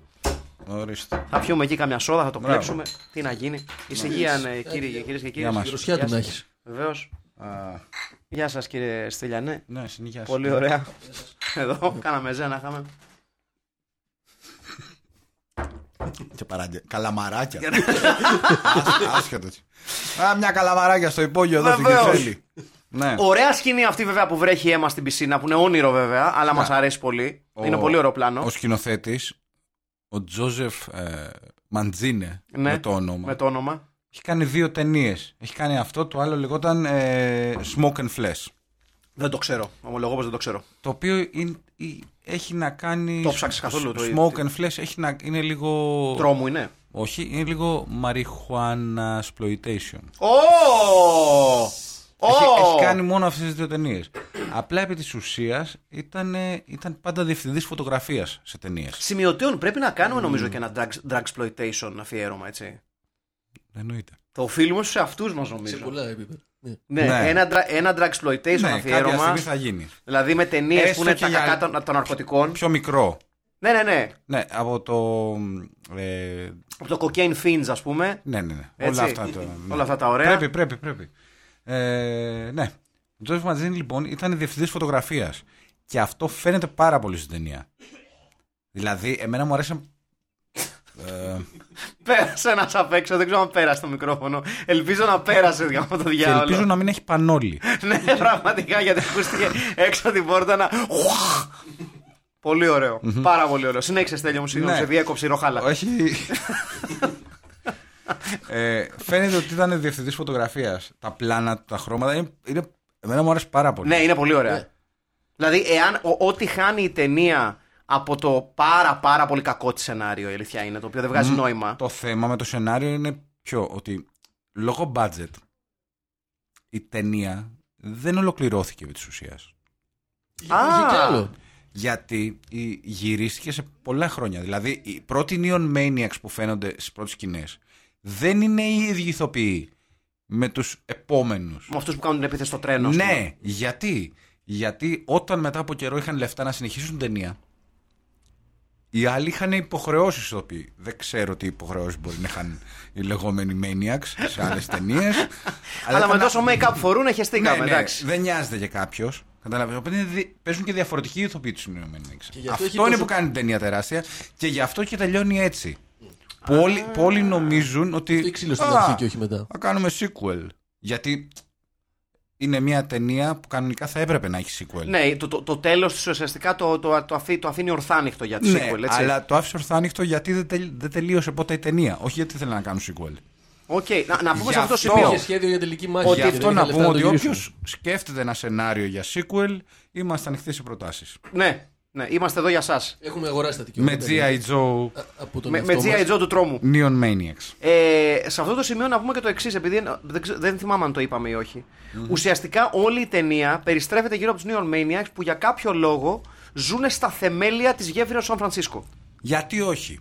Ορίστε. Θα πιούμε εκεί καμιά σόδα, θα το Μπράβο. κλέψουμε. Τι να γίνει. Ησυχία, ναι, κύριε, κυρίες και κύριοι. μας. Η ρωσιά του να έχεις. Βεβαίως. Γεια σας κύριε Στυλιανέ. Ναι, συνεχιά. Πολύ ωραία. Εδώ κάναμε ζένα, είχαμε. Ναι. Και παράγγε. Καλαμαράκια. Άσ- Άσχετο. έτσι. Α, μια καλαμαράκια στο υπόγειο εδώ στην Βεβαίως. Κυφέλη. Ναι. Ωραία σκηνή αυτή βέβαια που βρέχει αίμα στην πισίνα που είναι όνειρο βέβαια, αλλά μας αρέσει πολύ. Ναι. Ο- Είναι πολύ ωραίο πλάνο. Ο σκηνοθέτης, ο Τζόζεφ ε, Μαντζίνε, Ναι, με το όνομα. Με το όνομα. Έχει κάνει δύο ταινίες. Έχει κάνει αυτό, το άλλο λεγόταν ε, Smoke and Flesh. Δεν το ξέρω. Ομολογώ πως δεν το ξέρω. Το οποίο είναι- ή- έχει να κάνει. Το ψάξεις καθόλου, το- Smoke and Flesh έχει να, είναι λίγο. Τρόμου είναι. Όχι, είναι λίγο Marijuana Exploitation. Ω! Έχει, Ω! έχει κάνει μόνο αυτές τις δύο ταινίες. Απλά επί της ουσίας ήταν, ε, ήταν πάντα διευθυντής φωτογραφίας σε ταινίες. Σημειωτέων πρέπει να κάνουμε νομίζω και ένα drug exploitation αφιέρωμα, έτσι. Εννοείται. Το οφείλουμε στους εαυτούς μας νομίζω. Σε πολλά επίπεδα. Ναι. Ναι, Ναι. ένα, dra- ένα drug exploitation Ναι, κάποια αφιέρωμα. στιγμή θα γίνει. Δηλαδή με ταινίες που Έστω είναι και τα για- κακά των, των ναρκωτικών. Πιο μικρό. Ναι, ναι, ναι. Ναι, από το. Ε, Από το cocaine fins, ας πούμε. ναι, ναι, ναι. Έτσι. Όλα αυτά, τα, ναι. Όλα αυτά τα ωραία. Πρέπει, πρέπει, πρέπει. Ε, ναι. Ο Τζόζεφ Ματζίνη λοιπόν ήταν διευθυντής φωτογραφίας. Και αυτό φαίνεται πάρα πολύ στην ταινία. Δηλαδή, εμένα μου αρέσει. Ε, Πέρασε ένας απ' έξω, δεν ξέρω αν πέρασε το μικρόφωνο. Ελπίζω να πέρασε για αυτό το και διάολο. ελπίζω να μην έχει πανόλη. ναι, πραγματικά γιατί ακούστηκε έξω από την πόρτα να. πολύ ωραίο. Πάρα πολύ ωραίο. Συνέχισε, Στέλιο μου, συγγνώμη, Ναι. σε διέκοψη ροχάλα. Όχι. ε, φαίνεται ότι ήταν διευθυντής φωτογραφίας. Τα πλάνα, τα χρώματα. Είναι, είναι- εμένα μου αρέσει πάρα πολύ. Ναι, είναι πολύ ωραία. Ναι. Δηλαδή, εάν ο- ό,τι χάνει η ταινία από το πάρα πάρα πολύ κακό της σενάριο, η αλήθεια είναι, το οποίο δεν βγάζει νόημα. Το θέμα με το σενάριο είναι πιο ότι λόγω budget η ταινία δεν ολοκληρώθηκε επί της ουσίας. Α. Είχε κι άλλο. Γιατί η- γυρίστηκε σε πολλά χρόνια. Δηλαδή, οι πρώτοι Neon Maniacs που φαίνονται στις πρώτες σκηνές δεν είναι οι ίδιοι ηθοποιοί με τους επόμενους. Με αυτούς που κάνουν την επίθεση στο τρένο. ας πούμε. Ναι, γιατί. Γιατί όταν μετά από καιρό είχαν λεφτά να συνεχίσουν την ταινία, οι άλλοι είχαν υποχρεώσεις ηθοποιοί. Δεν ξέρω τι υποχρεώσεις μπορεί να είχαν οι λεγόμενοι Maniacs σε άλλες ταινίες. Αλλά με τόσο make-up φορούν, ναι, χεστήκαμε, ναι, εντάξει. δεν νοιάζεται για κάποιος. Καταλαβαίνω. Οπότε είναι δι- Παίζουν και διαφορετικοί ηθοποιοί τους Maniacs. γι' αυτό Αυτό έχει είναι τόσο- που κάνει την ταινία τεράστια και γι' αυτό και τελειώνει έτσι. Που όλοι, που όλοι νομίζουν ότι. Τι ξύλο στην «Α, αρχή και όχι μετά. θα κάνουμε sequel. Γιατί είναι μια ταινία που κανονικά θα έπρεπε να έχει sequel. Ναι, το, το, το τέλος της ουσιαστικά το, το, το, αφή- το αφήνει ορθάνυχτο για τη Ναι, sequel, έτσι. αλλά το άφησε ορθάνυχτο γιατί δεν, τελ- δεν τελείωσε ποτέ η ταινία. Όχι γιατί θέλει να κάνουν sequel. Οκ, να, να πούμε Γι' σε αυτό το αυτό- σημείο. Είχε σχέδιο για τελική μάχη. Ότι Γι' και δεν αυτό είχα να λεφτά πούμε ότι το γυρίσουν. όποιο σκέφτεται ένα σενάριο για sequel, είμαστε ανοιχτοί σε προτάσεις. Ναι, ναι, είμαστε εδώ για εσά. Έχουμε αγοράσει τα δικαιώματα. ναι. Με G.I. Joe Α, Από τον Με, με εαυτό μας. G.I. Joe του τρόμου. Neon Maniacs. Ε, σε αυτό το σημείο να πούμε και το εξής, επειδή ε, δεν, ξε- δεν θυμάμαι αν το είπαμε ή οχι Ουσιαστικά όλη η οχι περιστρέφεται γύρω από τους Neon Maniacs που για κάποιο λόγο ζουν στα θεμέλια της γέφυρας Σαν Φρανσίσκο. Γιατί όχι.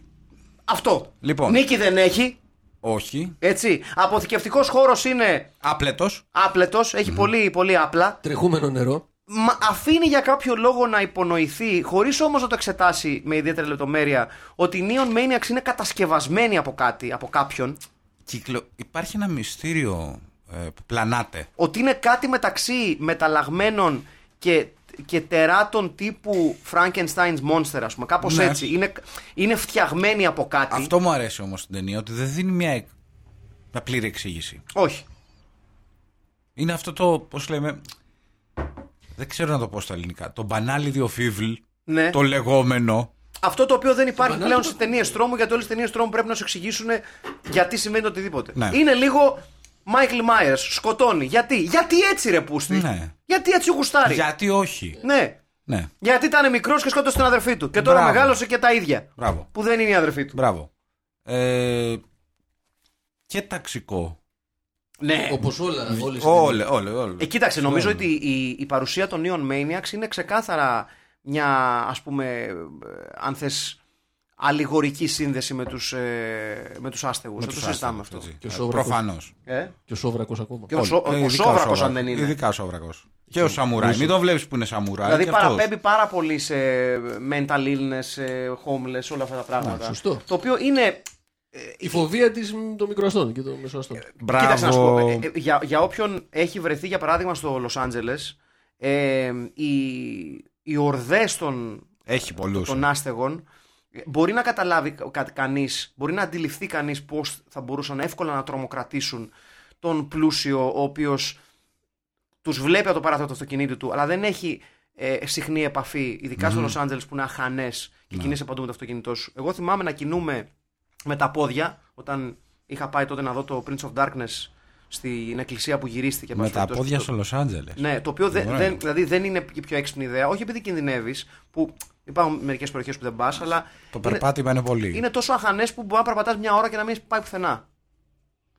Αυτό. Λοιπόν. Νίκη δεν έχει, Όχι. έτσι. Αποθηκευτικός χώρος είναι Άπλετος. άπλετος, έχει πολύ, πολύ απλά. Τρεχούμενο νερό. Μα αφήνει για κάποιο λόγο να υπονοηθεί, χωρίς όμως να το εξετάσει με ιδιαίτερη λεπτομέρεια, ότι οι Neon Maniacs είναι κατασκευασμένοι από κάτι, από κάποιον. Κύκλο... Υπάρχει ένα μυστήριο ε, που πλανάται. ότι είναι κάτι μεταξύ μεταλλαγμένων και, και τεράτων τύπου Frankenstein's Monster, ας πούμε. Κάπως Ναι. έτσι. Είναι, είναι φτιαγμένοι από κάτι. Αυτό μου αρέσει όμως στην ταινία ότι δεν δίνει μια, εκ- μια πλήρη εξήγηση. Όχι. Είναι αυτό το, πώς λέμε, δεν ξέρω να το πω στα ελληνικά, το banality of evil, Ναι. το λεγόμενο. Αυτό το οποίο δεν υπάρχει Επανάληψη πλέον το- στι ταινίες τρόμου, γιατί όλες τις ταινίες τρόμου πρέπει να σου εξηγήσουν γιατί σημαίνει οτιδήποτε. Ναι. Είναι λίγο Michael Myers, σκοτώνει. Γιατί, γιατί έτσι ρε Πούστη. Ναι. Γιατί έτσι γουστάρει. Γιατί όχι. Ναι. Ναι, Γιατί ήταν μικρός και σκότωσε την αδερφή του. Και τώρα Μπράβο. μεγάλωσε και τα ίδια. μπράβο, Που δεν είναι η αδερφή του. μπράβο. Ε, και ταξικό. Ναι. Όπως όλα. όλες οι Όλε, όλε, όλε. Ε, κοίταξε, νομίζω ότι η, η παρουσία των Neon Maniacs είναι ξεκάθαρα μια, ας πούμε, ε, αν θες, αλληγορική σύνδεση με τους, ε, με τους άστεγους. Δεν το συζητάμε αυτό. Και ο Σόβρακος. Προφανώς. Ε? Και ο Σόβρακος ακόμα. Και ο, Σο- ο Ε, ειδικά Σόβρακος, αν δεν είναι. Ειδικά ο Σόβρακος. Και ο Σαμουράι. Μην το βλέπεις που είναι Σαμουράι. Δηλαδή και αυτός. παραπέμπει πάρα πολύ σε mental illness, σε homeless, όλα αυτά τα πράγματα. Ναι, σωστό. Το οποίο είναι. Η φοβία της, μ, των μικροαστών και των μεσοαστών. Μπράβο. Κοίταξε να σου πω. ε, ε, για, για όποιον έχει βρεθεί, για παράδειγμα, στο Λος Άντζελες, ε, οι, οι ορδέ των Έχει πολλούς. των άστεγων, ε, μπορεί να καταλάβει κα, κανείς, μπορεί να αντιληφθεί κανείς πώς θα μπορούσαν εύκολα να τρομοκρατήσουν τον πλούσιο, ο οποίος τους βλέπει από το παράθυρο του αυτοκινήτου του, αλλά δεν έχει ε, συχνή επαφή, ειδικά στο Λος Άντζελες που είναι αχανές και Ναι. κινείσαι παντού με το αυτοκίνητό σου. Εγώ θυμάμαι να κινούμε με τα πόδια, όταν είχα πάει τότε να δω το Prince of Darkness στην εκκλησία που γυρίστηκε. εν Με πάση τα περιπτώσει, πόδια το- στο Λος Άντζελες. ναι, το οποίο δεν, Ωραία. δεν, δηλαδή δεν είναι η πιο έξυπνη ιδέα. Όχι επειδή κινδυνεύεις, που υπάρχουν μερικές περιοχές που δεν πας, αλλά. Το είναι, περπάτημα είναι πολύ. είναι τόσο αχανές που Ναι. μπορεί να περπατάς μια ώρα και να μην πάει πουθενά.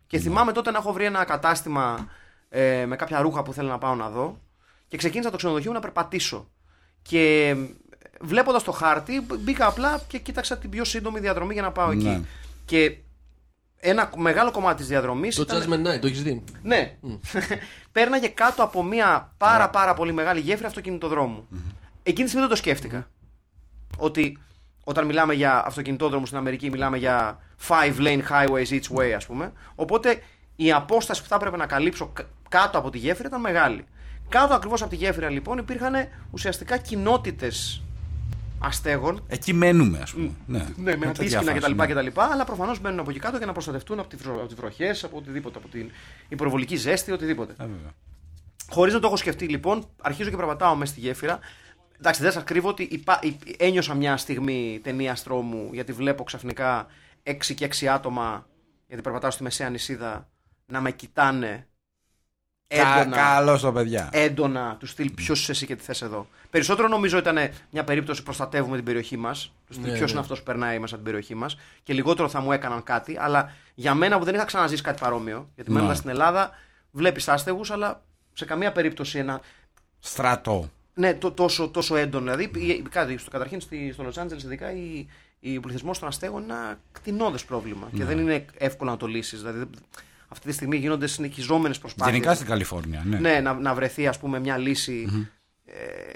Και θυμάμαι τότε να έχω βρει ένα κατάστημα ε, με κάποια ρούχα που θέλω να πάω να δω και ξεκίνησα το ξενοδοχείο μου να περπατήσω. Και βλέποντας το χάρτη, μπήκα απλά και κοίταξα την πιο σύντομη διαδρομή για να πάω Ναι. εκεί. Και ένα μεγάλο κομμάτι της διαδρομής. Το Judgment Night, το έχεις δει. Ναι. Πέρναγε κάτω από μια πάρα πάρα πολύ μεγάλη γέφυρα αυτοκινητοδρόμου. Εκείνη τη στιγμή δεν το σκέφτηκα. Ότι όταν μιλάμε για αυτοκινητόδρομο στην Αμερική, μιλάμε για five lane highways each way, ας πούμε. Οπότε η απόσταση που θα έπρεπε να καλύψω κα- κάτω από τη γέφυρα ήταν μεγάλη. Κάτω ακριβώς από τη γέφυρα, λοιπόν, υπήρχαν ουσιαστικά κοινότητες αστέγων Εκεί μένουμε, ας πούμε. Ναι, ναι, με τέτοια αντίσκηνα φάση, κτλ. ναι. κτλ. Αλλά προφανώς μπαίνουν από εκεί κάτω για να προστατευτούν από τι βροχές, από οτιδήποτε, από την υπερβολική ζέστη, οτιδήποτε. Ε, βέβαια. Χωρίς να το έχω σκεφτεί λοιπόν, αρχίζω και περπατάω μέσα στη γέφυρα. Εντάξει, δεν σας κρύβω ότι υπά... υ- ένιωσα μια στιγμή ταινία στρώμου, γιατί βλέπω ξαφνικά 6 και 6 άτομα, γιατί περπατάω στη μεσαία νησίδα, να με κοιτάνε Κα, έντονα Ε, καλός το παιδιά. έντονα του στυλ ποιος είσαι εσύ και τι θες εδώ. Περισσότερο νομίζω ήταν μια περίπτωση προστατεύουμε την περιοχή μας. Του στυλ Ναι, ποιος ναι. είναι αυτός που περνάει μέσα από την περιοχή μας. Και λιγότερο θα μου έκαναν κάτι. Αλλά για μένα που δεν είχα ξαναζήσει κάτι παρόμοιο. Γιατί Ναι. μένοντα στην Ελλάδα βλέπεις άστεγους, αλλά σε καμία περίπτωση ένα. Στρατό. Ναι, τό- τόσο, τόσο έντονο. Δηλαδή, η- κάτι, στο, καταρχήν στη, στο Λος Άντζελες ειδικά η, η πληθυσμός των αστέγων είναι ένα κτηνόδε πρόβλημα. Και δεν είναι εύκολο να το λύσεις. Δηλαδή, αυτή τη στιγμή γίνονται συνεχιζόμενες προσπάθειες. Γενικά στην Καλιφόρνια. Ναι. Ναι, να, να βρεθεί ας πούμε μια λυση ε,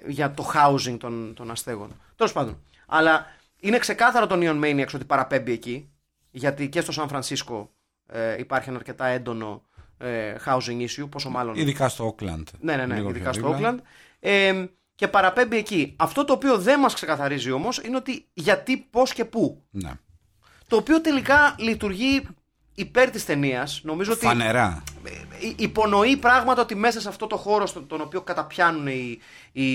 για το housing των, των αστέγων. Τέλος πάντων. Αλλά είναι ξεκάθαρο το Neon Maniacs ότι παραπέμπει εκεί. Γιατί και στο Σαν Φρανσίσκο ε, υπάρχει ένα αρκετά έντονο ε, housing issue, πόσο μάλλον. Ειδικά στο Όκλαντ. Ναι, ναι, ναι, Λίγο ειδικά πιο στο δίπλα. Όκλαντ. Ε, και παραπέμπει εκεί. Αυτό το οποίο δεν μας ξεκαθαρίζει όμως είναι ότι γιατί, πώς και πού. Ναι. Το οποίο τελικά λειτουργεί υπέρ της ταινίας. Νομίζω ότι Φανερά. υ- υπονοεί πράγματα ότι μέσα σε αυτό το χώρο στον τον οποίο καταπιάνουν οι, οι,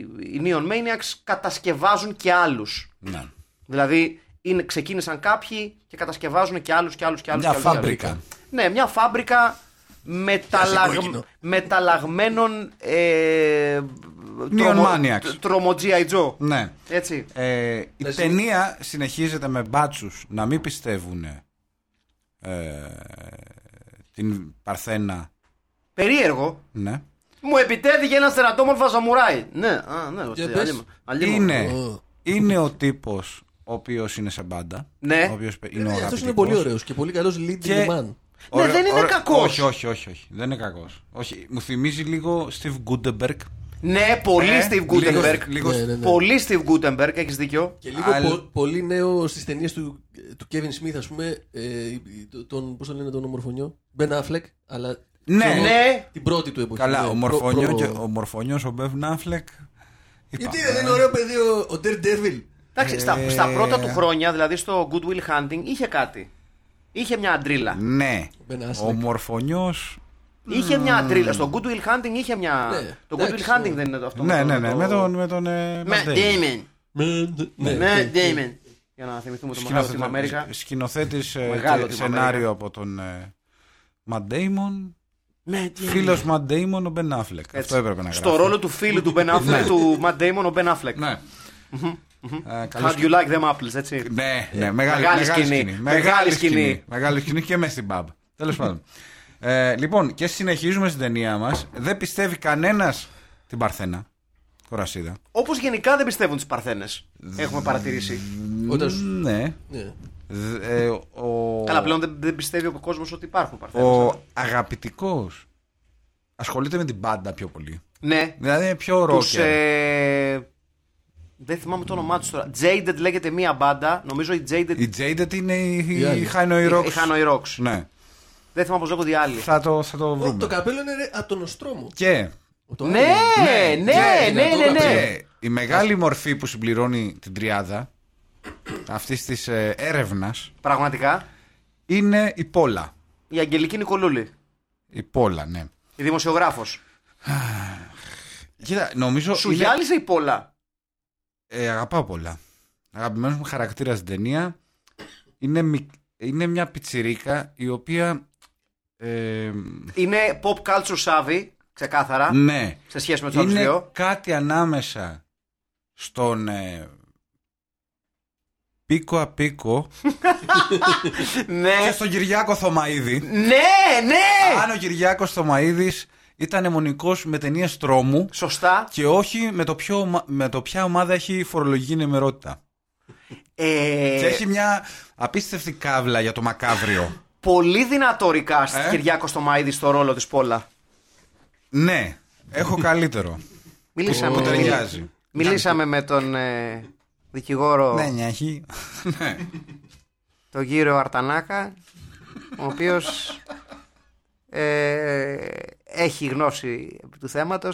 οι Neon Maniacs κατασκευάζουν και άλλους. Ναι. Δηλαδή είναι, ξεκίνησαν κάποιοι και κατασκευάζουν και άλλους και άλλους και άλλους. Μια και άλλους, και φάμπρικα. άλλους. Ναι, μια φάμπρικα μεταλλαγ... Κλασικό κοινό. μεταλλαγμένων ε, Maniacs. τ- τρομο G.I. Joe. ναι. Έτσι. Ε, η Να συ- ταινία συνεχίζεται με μπάτσους να μην πιστεύουν την Παρθένα. Περίεργο. Ναι. Μου επιτέθηκε ένας τερατόμορφα ζαμουράι. Ναι, α, ναι, Για οκ, πες. αλλήμον. Αλλήμον. Είναι, Ω. είναι ο τύπος ο οποίος είναι σε μπάντα. Ναι. Ο οποίος πε- είναι ο Αυτό Ε, είναι αγαπητικός. πολύ ωραίος και πολύ καλός leading Και- man. Ναι, Ωραίο- δεν είναι ωραίο- κακός. Όχι, όχι, όχι, όχι. Δεν είναι κακός. Όχι. Μου θυμίζει λίγο Steve Gutenberg. Ναι, πολύ Ε, Steve λίγο- Gutenberg. λίγο- Ναι, ναι, ναι. Πολύ Steve Gutenberg, έχεις δίκιο. Και λίγο Αλλά- πο- πολύ νέο στις ταινίες του, του Kevin Smith, ας πούμε. Ε, το- τον, πώς το λένε τον ομορφωνιό. Μπεν Affleck, αλλά. Ναι. ξέρω εγώ, Ναι. Την πρώτη του εποχή. Καλά, ναι. ο Προ- Μορφωνιό προ- και ο Μορφωνιός, ο Μπεύ Νάφλεκ. Γιατί είπαμε. δεν είναι ωραίο παιδί ο, ο Daredevil. Εντάξει, στα, Ε. στα πρώτα του χρόνια, δηλαδή στο Good Will Hunting, είχε κάτι. Είχε μια αντρίλα. Ναι. Ben Affleck. Ο Μορφωνιό. Είχε μια αντρίλα. Στο Good Will Hunting είχε μια. Ναι, το Good εντάξει, Will Hunting ναι. δεν είναι το αυτό. Ναι, το- ναι, ναι. το- Με τον. Με τον. ε, Matt Matt Damon. Damon. Ναι, ναι. Matt Damon. Για να θυμηθούμε το μεγάλο Σκηνοθέτη- στην Αμέρικα. ε, Σκηνοθέτης ε, Μεγάλο και Team σενάριο America. από τον ε, Matt Damon. Matt Damon. Φίλος Matt Damon ο Ben Affleck. Αυτό έπρεπε να γράψει. Στο ρόλο του φίλου του Ben Affleck, του Matt Damon, ο Ben Affleck. Ναι. Ε, How καλώς- do you like them apples, έτσι. Ναι, ναι, μεγάλη, μεγάλη μεγάλη σκηνή. σκηνή. Μεγάλη σκηνή. Μεγάλη σκηνή και μες στην μπαμπ. Τέλο πάντων. Ε, λοιπόν, και συνεχίζουμε στην ταινία μας. Δεν πιστεύει κανένας την Παρθένα. Κορασίδα. Όπως γενικά δεν πιστεύουν τις Παρθένες. Έχουμε παρατηρήσει. Όταν σου- Ναι. ναι. Δ- ε, ο Καλά, ε. πλέον δεν, δεν πιστεύει ο κόσμος ότι υπάρχουν Παρθένες. ο αγαπητικός ασχολείται με την μπάντα πιο πολύ. Ναι, Δηλαδή είναι πιο Τους, ρόκερ. ε, δεν θυμάμαι το όνομά τους τώρα. Jaded λέγεται μία μπάντα. Νομίζω η Jaded. Η Jaded είναι η, Οι άλλοι. η Hanoi Rocks. Η Hanoi Rocks. Ναι. Δεν θυμάμαι πώ λέγονται οι άλλοι. Θα το, θα το Ο- βρούμε. Το καπέλο είναι ρε, από τον Οστρόμο. Και Το άλλο. Ναι, ναι, ναι, ναι, ναι. Και η μεγάλη μορφή που συμπληρώνει την τριάδα αυτής της ε, έρευνας Πραγματικά. είναι η Πόλα. Η Αγγελική Νικολούλη. Η Πόλα, ναι. Η δημοσιογράφος. Κοίτα, νομίζω. Σου είναι- γυάλιζε η Πόλα. Ε, αγαπάω πολλά. Αγαπημένος μου χαρακτήρας στην ταινία είναι, μικ- είναι μια πιτσιρίκα η οποία. ε, Είναι pop culture savvy, ξεκάθαρα. ναι. Σε σχέση με τους άλλους Είναι δύο. κάτι ανάμεσα στον. ε, πίκο απίκο. Ναι, και στον Κυριάκο Θωμαίδη. ναι, ναι! αν ο Κυριάκος Θωμαίδης ήταν μονικό με ταινίες τρόμου Σωστά. και όχι με το, ποιο, ομα- με το ποια ομάδα έχει φορολογική ενημερότητα. Ε, Και έχει μια απίστευτη κάβλα για το μακάβριο. Πολύ δυνατορικά στη Ε. Κυριάκος Στομαίδη στο ρόλο της Πόλα. ναι, έχω καλύτερο. Μιλήσαμε, που ταιριάζει. μιλήσαμε με τον ε, δικηγόρο, ναι, νιάχη. ναι. τον κύριο Αρτανάκα, ο οποίος έχει γνώση του θέματος.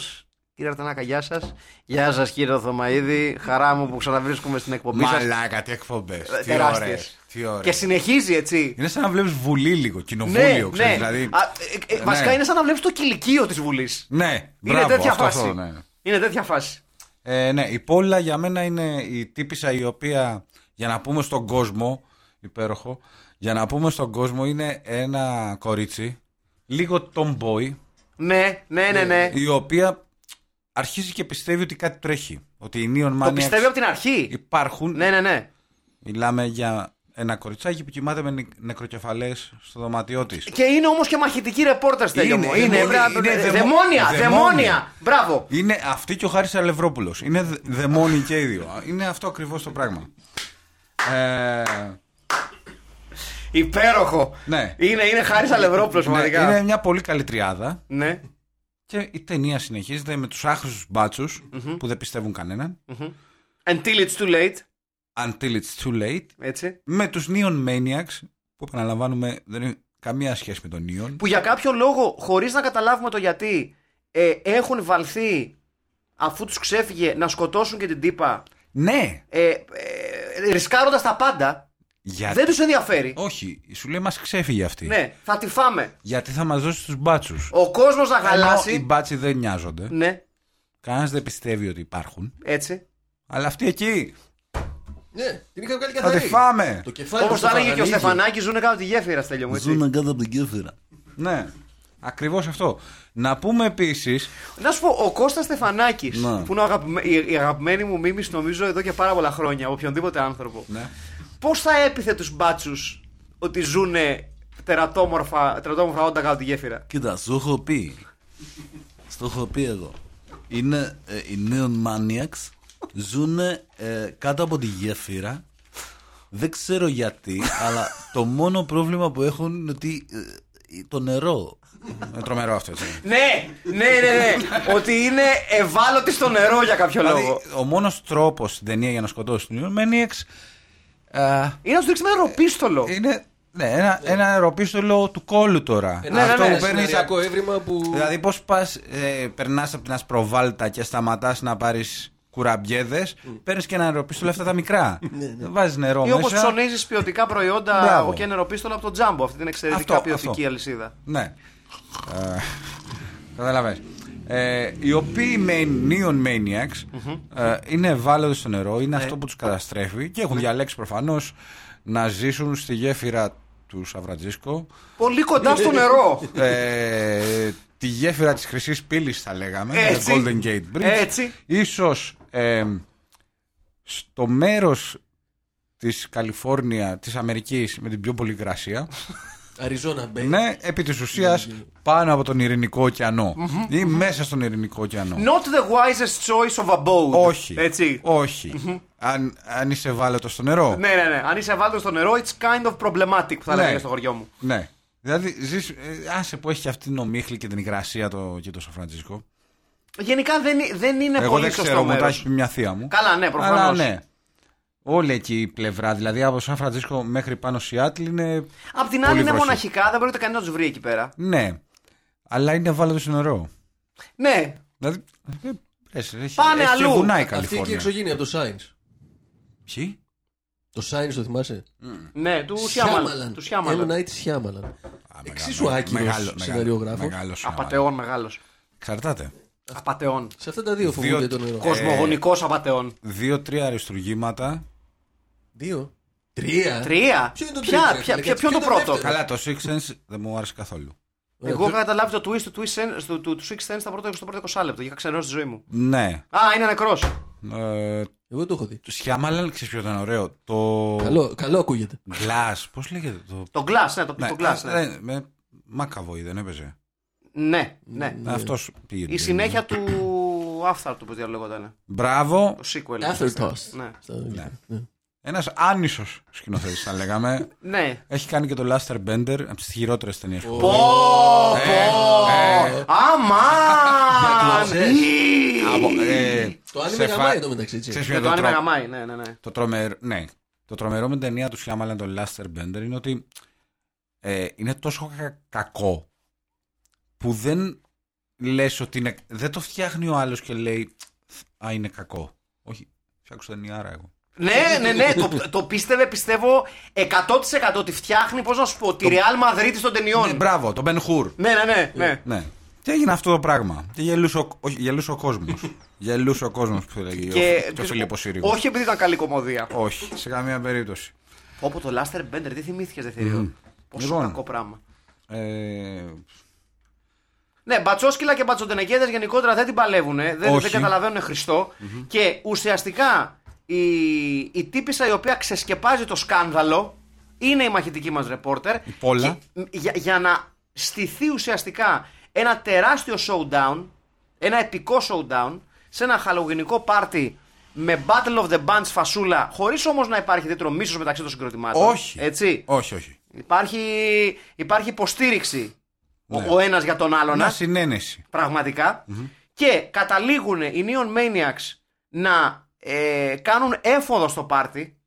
Κύριε Αρτανάκα, γεια σας. Γεια σας, κύριε Θωμαίδη. Χαρά μου που ξαναβρίσκουμε στην εκπομπή σας. Μαλάκα, τι εκπομπές. Τι Τεράστιες. ωραίες, Τι Και ωραίες. συνεχίζει έτσι. Ναι, Είναι σαν να βλέπεις βουλή λίγο, κοινοβούλιο, ξέρεις, δηλαδή. Α, ε, ε, Ναι. Βασικά είναι σαν να βλέπεις το κηλικείο της Βουλής. Ναι, Είναι μπράβο, τέτοια αυτό φάση. θέλω, ναι. Είναι τέτοια φάση. Ε, ναι, η Πόλα για μένα είναι η τύπησα η οποία, για να πούμε στον κόσμο, υπέροχο, για να πούμε στον κόσμο είναι ένα κορίτσι, λίγο tomboy, Ναι, ναι, ναι, ναι. Ε, η οποία αρχίζει και πιστεύει ότι κάτι τρέχει. Ότι οι Neon Το Maniacs πιστεύει από την αρχή. υπάρχουν. Ναι, ναι, ναι. Μιλάμε για ένα κοριτσάκι που κοιμάται με νε- νεκροκεφαλές στο δωμάτιό της. Και είναι όμως και μαχητική ρεπόρτερ τέλειο. Είναι, μου. είναι, Είναι, μπρα- είναι δαιμο- δαιμόνια, δαιμόνια. δαιμόνια. Μπράβο. Είναι αυτή και ο Χάρης Αλευρόπουλος. Είναι δε- δαιμόνιοι και οι δύο. Είναι αυτό ακριβώς το πράγμα. Ε, Υπέροχο. ναι. Είναι, είναι χάρης Αλευρόπουλος, Ναι, πραγματικά. είναι μια πολύ καλή τριάδα Ναι. και η ταινία συνεχίζεται με τους άχρηστους μπάτσους που δεν πιστεύουν κανέναν. Until it's too late. Until it's too late. Έτσι. Με τους Neon Maniacs που επαναλαμβάνουμε δεν είναι καμία σχέση με τον Neon. Που για κάποιο λόγο, χωρίς να καταλάβουμε το γιατί, ε, έχουν βαλθεί αφού τους ξέφυγε να σκοτώσουν και την τύπα. Ναι, Ε, ε, Ρισκάροντας τα πάντα. γιατί. Δεν τους ενδιαφέρει. Ναι. Όχι, σου λέει μας ξέφυγε αυτή. Ναι, θα τη φάμε. Γιατί θα μας δώσει τους μπάτσους. Ο κόσμος να Ενώ οι χαλάσει. μπάτσοι δεν νοιάζονται. Ναι, Κανένας δεν πιστεύει ότι υπάρχουν. έτσι. Αλλά αυτοί εκεί Ναι, την είχα Ε, βγάλει θα τη καθαρή. φάμε. Το κεφάλι Όπως του θα έλεγε και ο Στεφανίδη. Στεφανάκη, ζουν κάτω τη γέφυρα, τέλειο μου. Έτσι. κάτω από την κέφυρα. Ναι, ακριβώς αυτό. Να πούμε επίσης. Να σου πω, ο Κώστας Στεφανάκης, Ναι. που είναι ο αγαπημέ... η η αγαπημένη μου μίμηση, νομίζω εδώ και πάρα πολλά χρόνια, από οποιονδήποτε άνθρωπο. Ναι. Πώς θα έπιθε τους μπάτσους ότι ζουν τερατόμορφα, τερατόμορφα όντα κάτω τη γέφυρα. Κοίτα, σου έχω πει. Στο έχω πει εγώ. Είναι ε, οι Neon Maniacs. Ζουν κάτω από τη γέφυρα. Δεν ξέρω γιατί, αλλά το μόνο πρόβλημα που έχουν είναι ότι ε, το νερό. Ε, Τρομερό αυτό έτσι. Ναι, ναι, ναι, ναι. ότι είναι ευάλωτοι στο νερό για κάποιο λόγο. Δηλαδή, ο μόνος τρόπος στην ταινία για να σκοτώσει τον Ιωάννη Maniacs ε, α, Είναι να σου δείξει με αεροπίστολο. είναι ναι, ένα, ένα αεροπίστολο του κόλλου τώρα. Ένα Ναι, ναι, αυτό ναι, που παίρνεις. συνεργειακό έβριμα που. Δηλαδή, πώς πας, ε, περνάς από την ασπροβάλτα και σταματάς να πάρεις κουραμπιέδες, παίρνεις και ένα αεροπίστολο αυτά τα μικρά. Βάζεις νερό Ή όπως μέσα. ψωνίζεις ποιοτικά προϊόντα Μπράβο. ο και νεροπίστολο από τον Τζάμπο, αυτή την εξαιρετικά Αυτό, ποιοτική αυτό. αλυσίδα. Ναι. Ε, Καταλαβες. Ε, οι οποίοι men- neon maniacs ε, είναι ευάλωτοι στο νερό, είναι αυτό που τους καταστρέφει και έχουν διαλέξει προφανώς να ζήσουν στη γέφυρα του Σαβρατζίσκο, Πολύ κοντά στο νερό. ε, τη γέφυρα της χρυσής Πύλης θα λέγαμε, Έτσι. το Golden Gate Bridge. Έτσι. Ίσως ε, στο μέρος της Καλιφόρνια, της Αμερικής με την πιο πολύ γρασία. Αριζόνα Μπέι. Ναι, επί της ουσίας πάνω από τον Ειρηνικό ωκεανό ή μέσα στον Ειρηνικό ωκεανό. Not the wisest choice of abode. Όχι. Ναι. Έτσι. Όχι. αν, αν είσαι βάλετο στο νερό. Ναι, ναι, ναι. Αν είσαι βάλτο στο νερό, it's kind of problematic που θα Ναι. λέγανε στο χωριό μου. Ναι. Δηλαδή, ζεις, ε, άσε που έχει και αυτή την ομίχλη και την υγρασία το, και το Σαν Φρανσίσκο. Γενικά δεν, ε- δεν είναι Εγώ πολύ δεν σωστό ξέρω, μου τα μέρος. έχει πει μια θεία μου. Καλά, ναι, προφανώς. Αλλά ναι. Όλη εκεί η πλευρά, δηλαδή από Σαν Φρανσίσκο μέχρι πάνω Σιάτλ είναι. Απ' την πολύ άλλη είναι βροχή. μοναχικά, δεν μπορείτε κανεί να τους βρει εκεί πέρα. Ναι. Αλλά είναι βάλετο στο νερό. Ναι, Δηλαδή. ε, πες, έχει, Πάνε έχει και αλλού. βουνά η Αυτή και η Καλιφόρνια. εξωγήινη από το Σάινς. Ποιοι? Το Σάινς το θυμάσαι. ναι, του Σιάμαλαν. Του Έμουν Σιάμαλαν. Night Σιάμαλαν. Α, Εξίσου μεγάλο- άκυρος μεγάλο- σεναριογράφος. μεγάλο σενάριο. Απαταιών μεγάλος. Εξαρτάται. Απαταιών. Σε αυτά τα δύο φοβούνται Δύο- το νερό. Κοσμογονικός απαταιών. Δύο-τρία αριστουργήματα. Δύο. Τρία. Τρία. Ε. Ποιο είναι το Ποια- τρίτο, ρε, ποια- φίλε, ποια- Ποιο είναι το ποιο είναι το πρώτο. δεύτερο. Καλά, το Six Sense δεν μου άρεσε καθόλου. Ωραία, Εγώ ποιο- είχα καταλάβει το twist του Twist Sense- του- του- του Six Sense στα πρώτα- στο πρώτο 20 λεπτό. Είχα ξενερώσει τη ζωή μου. Ναι. Α, είναι νεκρός. Ε, Εγώ το έχω δει. Το Σιάμαλαν, ξέρεις ποιο ήταν ωραίο. Το. Καλό, καλό ακούγεται. Glass, πώς λέγεται το. Το Glass, ναι, το, το Glass. Ναι, ναι. ε, με Μάκαβοη δεν έπαιζε. ναι. Αυτός πήγε. Η συνέχεια του After, το πώς διαλεγόταν. Μπράβο. Το sequel. After toss. Ναι. Στα αγγλικά. Ένας άνισος σκηνοθέτης, θα λέγαμε. Ναι. Έχει κάνει και το Laster Bender από τις χειρότερες ταινίες που Πω, πω. Ε, Αμάν. Ξέρεις. Ή. Το άνοιγμα γαμάει το μεταξύ. έτσι. ε, Ξέρεις Ναι, ποιο Το είναι το άνοιγμα τρο- γαμάει, ναι, ναι, ναι. το τρομερό, ναι. Το τρομερό με την ταινία του Σιάμαλαν, το Laster Bender, είναι ότι ε, είναι τόσο κα- κακό που δεν λες ότι είναι... Δεν το φτιάχνει ο άλλος και λέει «Α, είναι κακό». Όχι, φτιάξω ταινιάρα εγώ. Ναι, ναι, ναι, το, το πίστευε, πιστεύω 100% ότι φτιάχνει, πώς να σου πω, τη Real Madrid των Ναι, Λοιπόν, ταινιών. μπράβο, το Ben Hur. Ναι, ναι, ναι. ναι. Ναι. Και έγινε αυτό το πράγμα. Και γελούσε ο, όχι, γελούσε ο κόσμος. γελούσε ο κόσμος που έλεγε Και, ο, και ο Φιλίππος Σύριγος. όχι επειδή ήταν καλή κομμωδία. όχι, σε καμία περίπτωση. Όπου το Laster Bender, τι θυμήθηκε, Δεθυρίο. Πόσο Λοιπόν. κακό πράγμα. Ε, Ναι, μπατσόσκυλα και μπατσοντενεκέδε γενικότερα δεν την παλεύουν. Δεν, Όχι. δεν καταλαβαίνουν χριστο Και ουσιαστικά η, η τύπησα η οποία ξεσκεπάζει το σκάνδαλο είναι η μαχητική μας ρεπόρτερ. Η Πόλα. Και, μ, για, για να στηθεί ουσιαστικά ένα τεράστιο showdown, ένα επικό showdown, σε ένα χαλογενικό πάρτι με Battle of the Bands φασούλα, χωρίς όμως να υπάρχει ιδιαίτερο μίσος μεταξύ των συγκροτημάτων. όχι. Έτσι. Όχι, όχι. Υπάρχει, υπάρχει υποστήριξη ο- Ναι. ο, ένας για τον άλλον. Μια συνένεση. πραγματικα Και καταλήγουν οι Neon Maniacs να ε, κάνουν έφοδο στο πάρτι.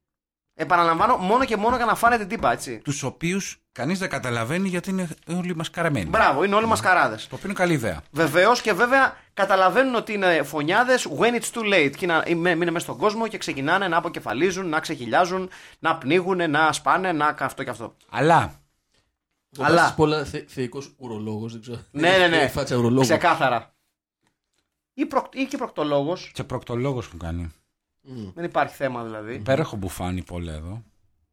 Επαναλαμβάνω, μόνο και μόνο για να φάνε την τύπα, έτσι. Τους οποίους κανείς δεν καταλαβαίνει γιατί είναι όλοι μας καραμένοι. Μπράβο, είναι όλοι μασκαράδες. Το οποίο είναι καλή ιδέα. Βεβαίως και βέβαια καταλαβαίνουν ότι είναι φωνιάδες when it's too late. Και να μείνε μέσα στον κόσμο και ξεκινάνε να αποκεφαλίζουν, να ξεχυλιάζουν, να πνίγουν, να σπάνε, να κα- αυτό και αυτό. Αλλά Ο Αλλά- Πάσης Πόλα θε, θεϊκός ουρολόγος, δεν ξέρω. ναι, ναι, ναι. Έχει Ε, Φάτσα ουρολόγου. Ξεκάθαρα. Ή, προκ, ή και προκτολόγος. και προκτολόγος που κάνει. Δεν υπάρχει θέμα δηλαδή. Υπέροχο μπουφάνι πολύ εδώ.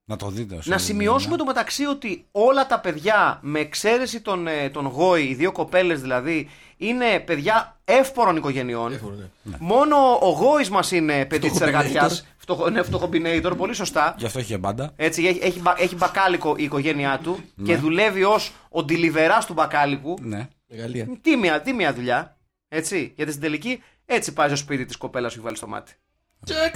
Να το δείτε. όσοι Να δεν σημειώσουμε είναι. ναι. το μεταξύ ότι όλα τα παιδιά, με εξαίρεση τον, ε, τον Γόη, οι δύο κοπέλες δηλαδή, είναι παιδιά εύπορων οικογενειών. Διάφορο, ναι. Μόνο ο Γόης μας είναι παιδί της Φτωχομπινέιτορ. εργατιά. Ναι, φτωχομπινέιτορ, πολύ σωστά. Γι' αυτό έχει μπάντα. Έτσι, έχει, έχει, μπα- έχει μπακάλικο η οικογένειά του και δουλεύει ως ο ντιλιβεράς του μπακάλικου. Ναι. Μεγαλία. Τίμια, τίμια δουλειά. Έτσι, γιατί στην τελική έτσι πάει στο σπίτι της κοπέλας που έχει βάλει στο μάτι. Τσεκ!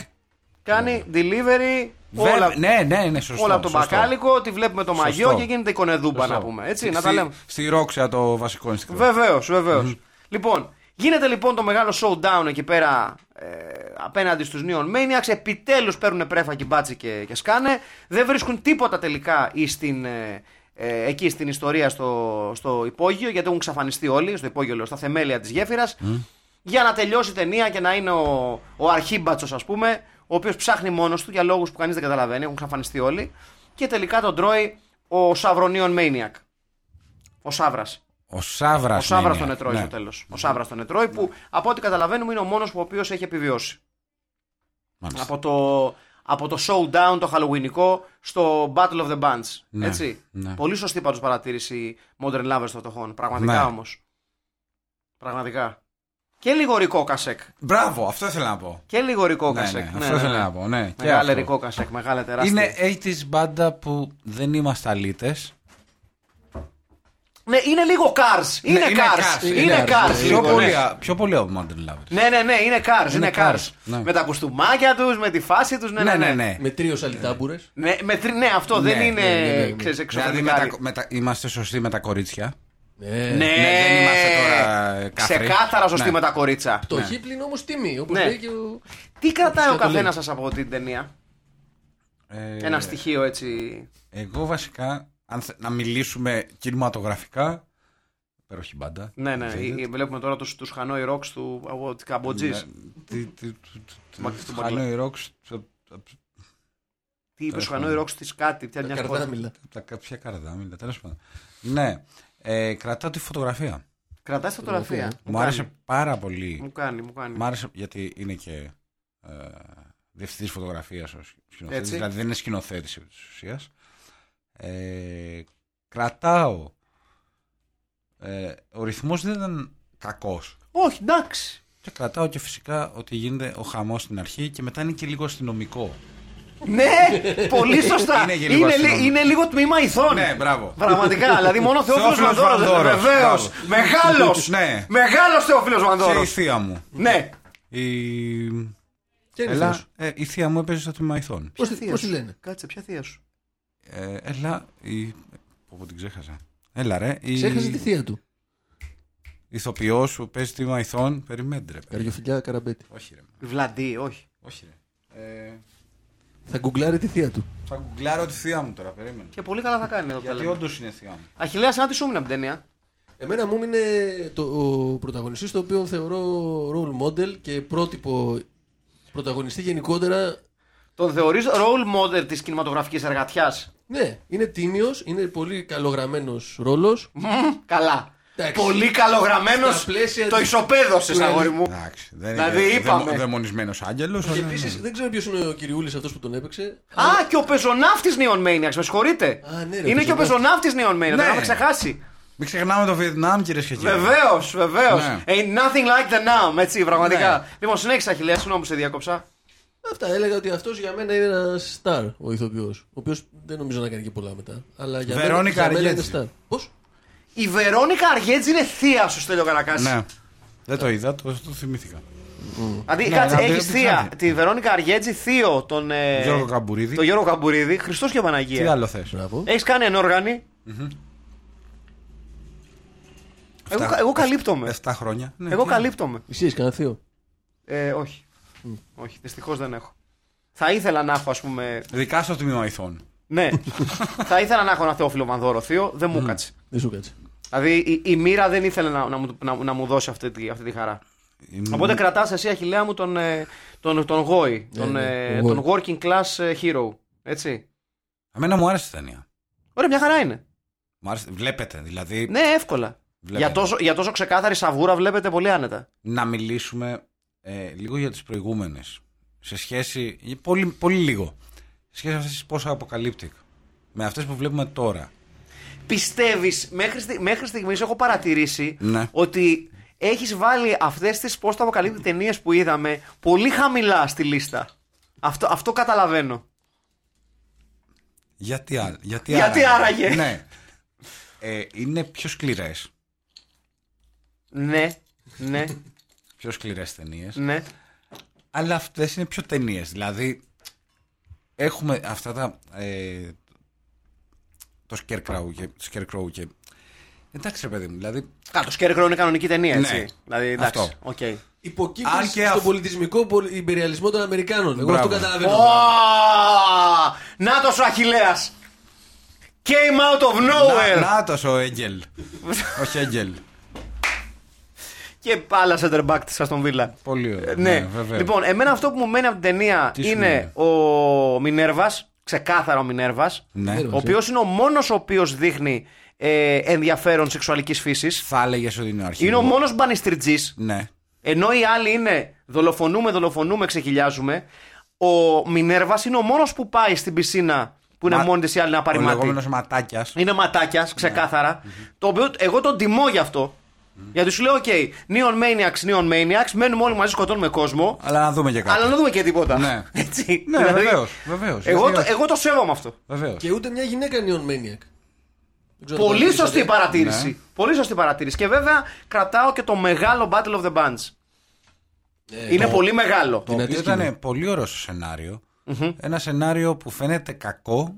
Κάνει delivery όλα, Ναι. Βε- Ναι, ναι, ναι, σωστό. όλα από τον σωστό. μπακάλικο, τη βλέπουμε το μαγιό Σωστό. και γίνεται εικονεδούμπα Σωστό. να πούμε. Έτσι, να Στη- τα λέμε. Στη ρόξα το βασικό ένστικτο. Βεβαίω, βεβαίω. Λοιπόν, γίνεται λοιπόν το μεγάλο showdown εκεί πέρα ε, απέναντι στους Neon Maniacs. Επιτέλους παίρνουν πρέφα και μπάτσι και, και σκάνε. Δεν βρίσκουν τίποτα τελικά εις την, ε, ε, εκεί στην ιστορία στο, στο υπόγειο, γιατί έχουν ξαφανιστεί όλοι στο υπόγειο, λέω, στα θεμέλια της γέφυρας. Για να τελειώσει η ταινία και να είναι ο, ο αρχίμπατσος, ας πούμε, ο οποίος ψάχνει μόνος του για λόγους που κανείς δεν καταλαβαίνει, έχουν ξαφανιστεί όλοι. Και τελικά τον τρώει ο Σαυρονίων Maniac. Ο Σάβρας. Ο Σάβρα. Ο Σάβρα τον Ετρώη ναι. στο τέλος. Ο Σάβρα τον Ετρώη που από ό,τι καταλαβαίνουμε είναι ο μόνος που ο οποίος έχει επιβιώσει. Από το, από το showdown το Halloweenικό στο Battle of the Bands. Ναι, Έτσι. ναι. Πολύ σωστή πάντως παρατήρηση η Modern Lovers των φτωχών. Πραγματικά Ναι. όμως. Πραγματικά. Και λίγο ρικό κασέκ. Μπράβο, αυτό ήθελα να πω. Και λίγο ρικό Ναι, ναι, κασέκ. αυτό ήθελα να πω. Ναι, και Μεγάλε αυτό. ρικό κασέκ, μεγάλε τεράστια. Είναι ε- 80s μπάντα που δεν είμαστε αλήτες. Ναι, είναι λίγο cars. Ναι, Είναι, cars. Είναι cars. Πιο, λίγο, ναι. πολύ, πιο πολύ από Modern Lovers. Ναι, ναι, ναι, είναι cars. Είναι, cars. cars, ναι. Με τα κουστούμάκια τους, με τη φάση τους. Ναι, ναι, ναι. ναι. Με τρίο αλυτάμπούρε. Ναι, με τρι- ναι, αυτό Ναι, δεν είναι. ναι, ναι, ναι. Ξέρεις, Δηλαδή εξωφρενικά. μετα- μετα- είμαστε σωστοί με τα κορίτσια. Ναι, ναι, δεν είμαστε τώρα, ε, κάφροι. Ξεκάθαρα σωστή Ναι. με τα κορίτσα. Το χίπλιν όμως τιμή, όπως Ναι. λέει και ο. Τι κρατάει ο Φυσικά το καθένας σας από την ταινία, Ε, Ένα στοιχείο έτσι. Εγώ βασικά, αν θε- να μιλήσουμε κινηματογραφικά. Υπέροχη μπάντα. Ναι, ναι. Ξέρετε. ή- ή Βλέπουμε τώρα τους τους Hanoi Rocks του αγώ, της Καμποτζής. Ναι. Τι- τι- του- του- του- Μα- του Hanoi Rocks από- από Τι είπες ο Hanoi Rocks της κάτι, πια μια χώρα. Καρδάμιλα. από τα κάποια καρδάμιλα, τέλος πάντων. Ναι, ε, κρατάω τη φωτογραφία. Κρατάς φωτογραφία. Μου άρεσε πάρα πολύ. Μου κάνει, μου κάνει. Μ' άρεσε γιατί είναι και ε, διευθυντής φωτογραφίας ω σκηνοθέτης. Έτσι. Δηλαδή δεν είναι σκηνοθέτης επί της ουσίας. Ε, κρατάω. Ε, ο ρυθμός δεν ήταν κακός Όχι, εντάξει. Και κρατάω και φυσικά ότι γίνεται ο χαμός στην αρχή και μετά είναι και λίγο αστυνομικό. Ναι, πολύ σωστά. Είναι και λίγο λι- αστυνομικό. είναι λίγο τμήμα ηθών. Ναι, μπράβο. Πραγματικά, δηλαδή μόνο ο Θεόφιλος Θεόφιλος Μανδόρος. Μανδόρος, Βεβαίω. μπράβο. Μεγάλος. Ναι. Μεγάλος Θεόφιλος Και η Μανδόρος. θεία μου. Ναι. Η, Και είναι Έλα, θείος. ε, η θεία μου έπαιζε στο τμήμα ηθών. Πώς τη- Ποια θεία Πώς τη σου? λένε. Κάτσε, ποια θεία σου. Ε, έλα, η... Πω, πω, την ξέχασα. Έλα ρε, η Ξέχασε τη θεία του. ηθοποιός που παίζει τμήμα ηθών, περιμέντε ρε. παιδί. Καριοφιλιά Καραμπέτη. Όχι ρε, μα. Βλαντή, όχι. όχι ρε. Ε, Θα γκουγκλάρει τη θεία του. θα γκουγκλάρω τη θεία μου τώρα, περίμενε. Και πολύ καλά θα κάνει εδώ Γιατί πέρα. όντως είναι θεία μου. Αχιλέα, σαν να τη σου έμεινε από την ταινία. Εμένα μου είναι το, ο πρωταγωνιστής το οποίο θεωρώ role model και πρότυπο πρωταγωνιστή γενικότερα. Τον θεωρείς role model της κινηματογραφικής εργατιάς. Ναι, είναι τίμιος, είναι πολύ καλογραμμένος ρόλος. Καλά. Εντάξει. Πολύ καλογραμμένος. Στα πλαίσια Το του- ισοπαίδωσε, του αγόρι reality. μου. Εντάξει, δεν Δηλαδή, είναι είπαμε. δαιμο- δαιμονισμένος άγγελος. Και αλλά- επίσης δεν ξέρω ποιος είναι ο κυριούλης αυτός που τον έπαιξε. Α, και ο πεζοναύτης Neon Maniacs, με συγχωρείτε. Α, ναι, ρε, Είναι και ο πεζοναύτης Neon Maniacs, Ναι. δεν είχαμε ξεχάσει. Μην ξεχνάμε το Βιετνάμ κυρίες και κύριοι. Βεβαίως, βεβαίως. Ναι. Ain't nothing like the numb, έτσι, πραγματικά. Ναι. Λοιπόν, συνέχισα, Αχιλέα, συγγνώμη που σε διακόψα. Αυτά έλεγα ότι αυτός για μένα είναι ένας star ο ηθοποιός. Ο οποίος δεν νομίζω να κάνει και πολλά μετά. Αλλά για μένα, Βερόνικα για μένα είναι Αργέτζη. star. Πώς? Η Βερόνικα Αργέτζη είναι θεία σου, Στέλιο Καρακάση. Ναι. Δεν το είδα, το, το θυμήθηκα. Δηλαδή, Ναι, κάτσε, να έχει βλέπεις θεία άλλη. τη Βερόνικα Αργέτζη, θείο τον. ε, Γιώργο Καμπουρίδη. τον Γιώργο Καμπουρίδη, Χριστός και Τι Παναγία. άλλο θες. Μπράβο. Έχεις κάνει ενόργανη. Εγώ, Αυτά. εγώ καλύπτομαι. 7 χρόνια. Ναι, Εγώ τι άλλο. καλύπτομαι. Εσύ έχεις κανένα θείο. Ε, όχι. Όχι, δυστυχώς δεν έχω. Θα ήθελα να έχω, ας πούμε. Ειδικά στο τμήμα ηθών. Ναι. θα ήθελα να έχω ένα θεόφιλο μανδόρο θείο, δεν μου κάτσε. Δεν σου κάτσε. Δηλαδή η, η μοίρα δεν ήθελε να, να, μου, να, να μου δώσει αυτή τη, αυτή τη χαρά. Οπότε κρατάς εσύ, Αχηλέα μου, τον, ε, τον, τον Γόη. Τον, ναι, ε, τον τον working class ε, hero. Έτσι. Εμένα μου άρεσε η ταινία. Ωραία, μια χαρά είναι. Μου άρεσε- Βλέπετε, δηλαδή. Ναι, εύκολα. Βλέπετε. Για τόσο, για τόσο ξεκάθαρη σαβούρα βλέπετε πολύ άνετα. να μιλήσουμε ε, λίγο για τις προηγούμενες. Σε σχέση, πολύ, πολύ λίγο, σε σχέση με αυτές τις πόσα αποκαλύπτηκα. Με αυτές που βλέπουμε τώρα. Πιστεύεις, μέχρι, στι, μέχρι στιγμής έχω παρατηρήσει Ναι. ότι έχεις βάλει αυτές τις πώς το αποκαλύπτει ταινίες που είδαμε πολύ χαμηλά στη λίστα. Αυτό, αυτό καταλαβαίνω. Γιατί, α- γιατί, Γιατί άραγε. Ναι. Ε, είναι πιο σκληρές. Ναι, ναι, Πιο σκληρές ταινίες. ναι. Αλλά αυτές είναι πιο ταινίες. Δηλαδή, έχουμε αυτά τα. Ε, το Scarecrow και. Scarecrow και εντάξει, ρε παιδί μου, δηλαδή. Κάτω, το Scarecrow είναι κανονική ταινία, έτσι. Ναι. Δηλαδή, εντάξει. Αυτό. Οκ. Υποκύπτει Αν και στον αυτό- πολιτισμικό πολ- υπεριαλισμό των Αμερικάνων. Εγώ Μπράβο. αυτό καταλαβαίνω. Να τος ο Αχιλέας Came out of nowhere! Να τος ο Έγκελ. Όχι Έγκελ. Και πάλα center back τη Αστον Βίλα. Πολύ ωραία. Ναι, βέβαια. Λοιπόν, εμένα αυτό που μου μένει από την ταινία Τι σου είναι ο Μινέρβας. Ξεκάθαρα ο Μινέρβας. ναι. Ο οποίο είναι ο μόνος ο οποίος δείχνει ε, ενδιαφέρον σεξουαλικής φύσης. Θα έλεγες ότι είναι ο αρχηγός. Είναι ο μόνος μπανιστριτζής. Ναι. Ενώ οι άλλοι είναι δολοφονούμε, δολοφονούμε, ξεχυλιάζουμε. Ο Μινέρβας είναι ο μόνος που πάει στην πισίνα που είναι Μα- μόνη τη η άλλη να πάρει Ο Ναι. μάτι. λεγόμενος ματάκιας. Είναι ματάκιας, ξεκάθαρα. Το οποίο εγώ τον τιμώ γι' αυτό. Γιατί σου λέω, οκ, Neon Maniacs, Neon Maniacs, μένουμε όλοι μαζί, σκοτώνουμε κόσμο. Αλλά να δούμε και κάτι. Αλλά να δούμε και τίποτα. Ναι. Έτσι. Δηλαδή, Ναι, βεβαίως, βεβαίως. Εγώ, το, ε- Γιατί όχι. εγώ το σέβομαι αυτό. Βεβαίως. Και ούτε μια γυναίκα είναι on maniac. Δεν ξέρω αν Πολύ το σωστή παρατηρήσατε. παρατήρηση. Ναι. Πολύ σωστή παρατήρηση. Και βέβαια κρατάω και το μεγάλο Battle of the Bands. Είναι πολύ μεγάλο. Το οποίο αντίστοιχο. ήταν πολύ ωραίο στο σενάριο. Ένα σενάριο που φαίνεται κακό.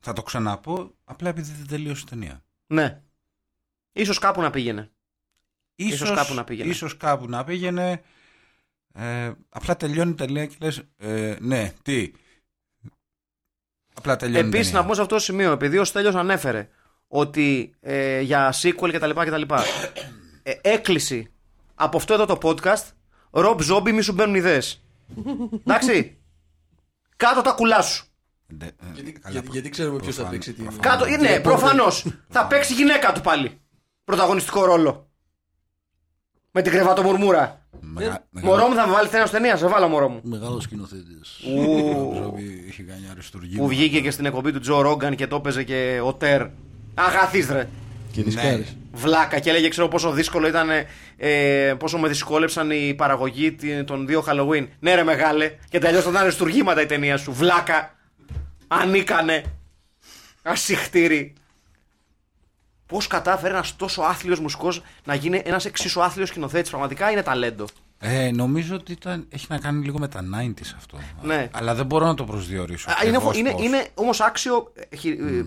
Θα το ξαναπώ. Απλά επειδή δεν τελείωσε η ταινία. Ναι. Ίσως κάπου να πήγαινε. Ίσως, Ίσως κάπου να πήγαινε. Ίσως κάπου να πήγαινε. Ε, απλά τελειώνει η τελεία και λες ε, ναι, τι. Απλά τελειώνει η Επίση, ταινία. να πω σε αυτό το σημείο, επειδή ο Στέλιος ανέφερε ότι ε, για sequel κτλ. κτλ ε, έκκληση από αυτό εδώ το podcast, Rob Zombie, μη σου μπαίνουν ιδέες. Εντάξει. Κάτω τα κουλά σου. Ε, ε, Γιατί, καλά γιατί, που- γιατί ξέρουμε ποιος θα προφανώς, παίξει τι. προφανώς. Κάτω, ναι, Τίποτα. προφανώς. θα παίξει η γυναίκα του πάλι. Πρωταγωνιστικό ρόλο. Με την κρεβατομουρμούρα. Μεγα... Ναι. Μωρό μου θα με βάλει ταινία ως ταινία, σε βάλω μωρό μου. Μεγάλος σκηνοθέτης. Ο είχε κάνει αριστούργημα. Που βγήκε και στην εκπομπή του Τζο Ρόγκαν και το έπαιζε και ο Τέρ. Αγαθή ρε. Και ρισκάρεις. Βλάκα και έλεγε, ξέρω πόσο δύσκολο ήταν, ε, πόσο με δυσκόλεψαν η παραγωγή τη- των δύο Halloween. Ναι, ρε μεγάλε, και τελειώς θα ήταν στουργήματα η ταινία σου. Βλάκα. Ανίκανε. Ασυχτήρι. Πώς κατάφερε ένας τόσο άθλιος μουσικός να γίνει ένας εξίσου άθλιος σκηνοθέτης. Πραγματικά είναι ταλέντο. Ε, νομίζω ότι ήταν, έχει να κάνει λίγο με τα 90s αυτό. Ναι. Αλλά δεν μπορώ να το προσδιορίσω. Α, Είναι, ακριβώς είναι, πώς. είναι όμως άξιο ε, χι- ε,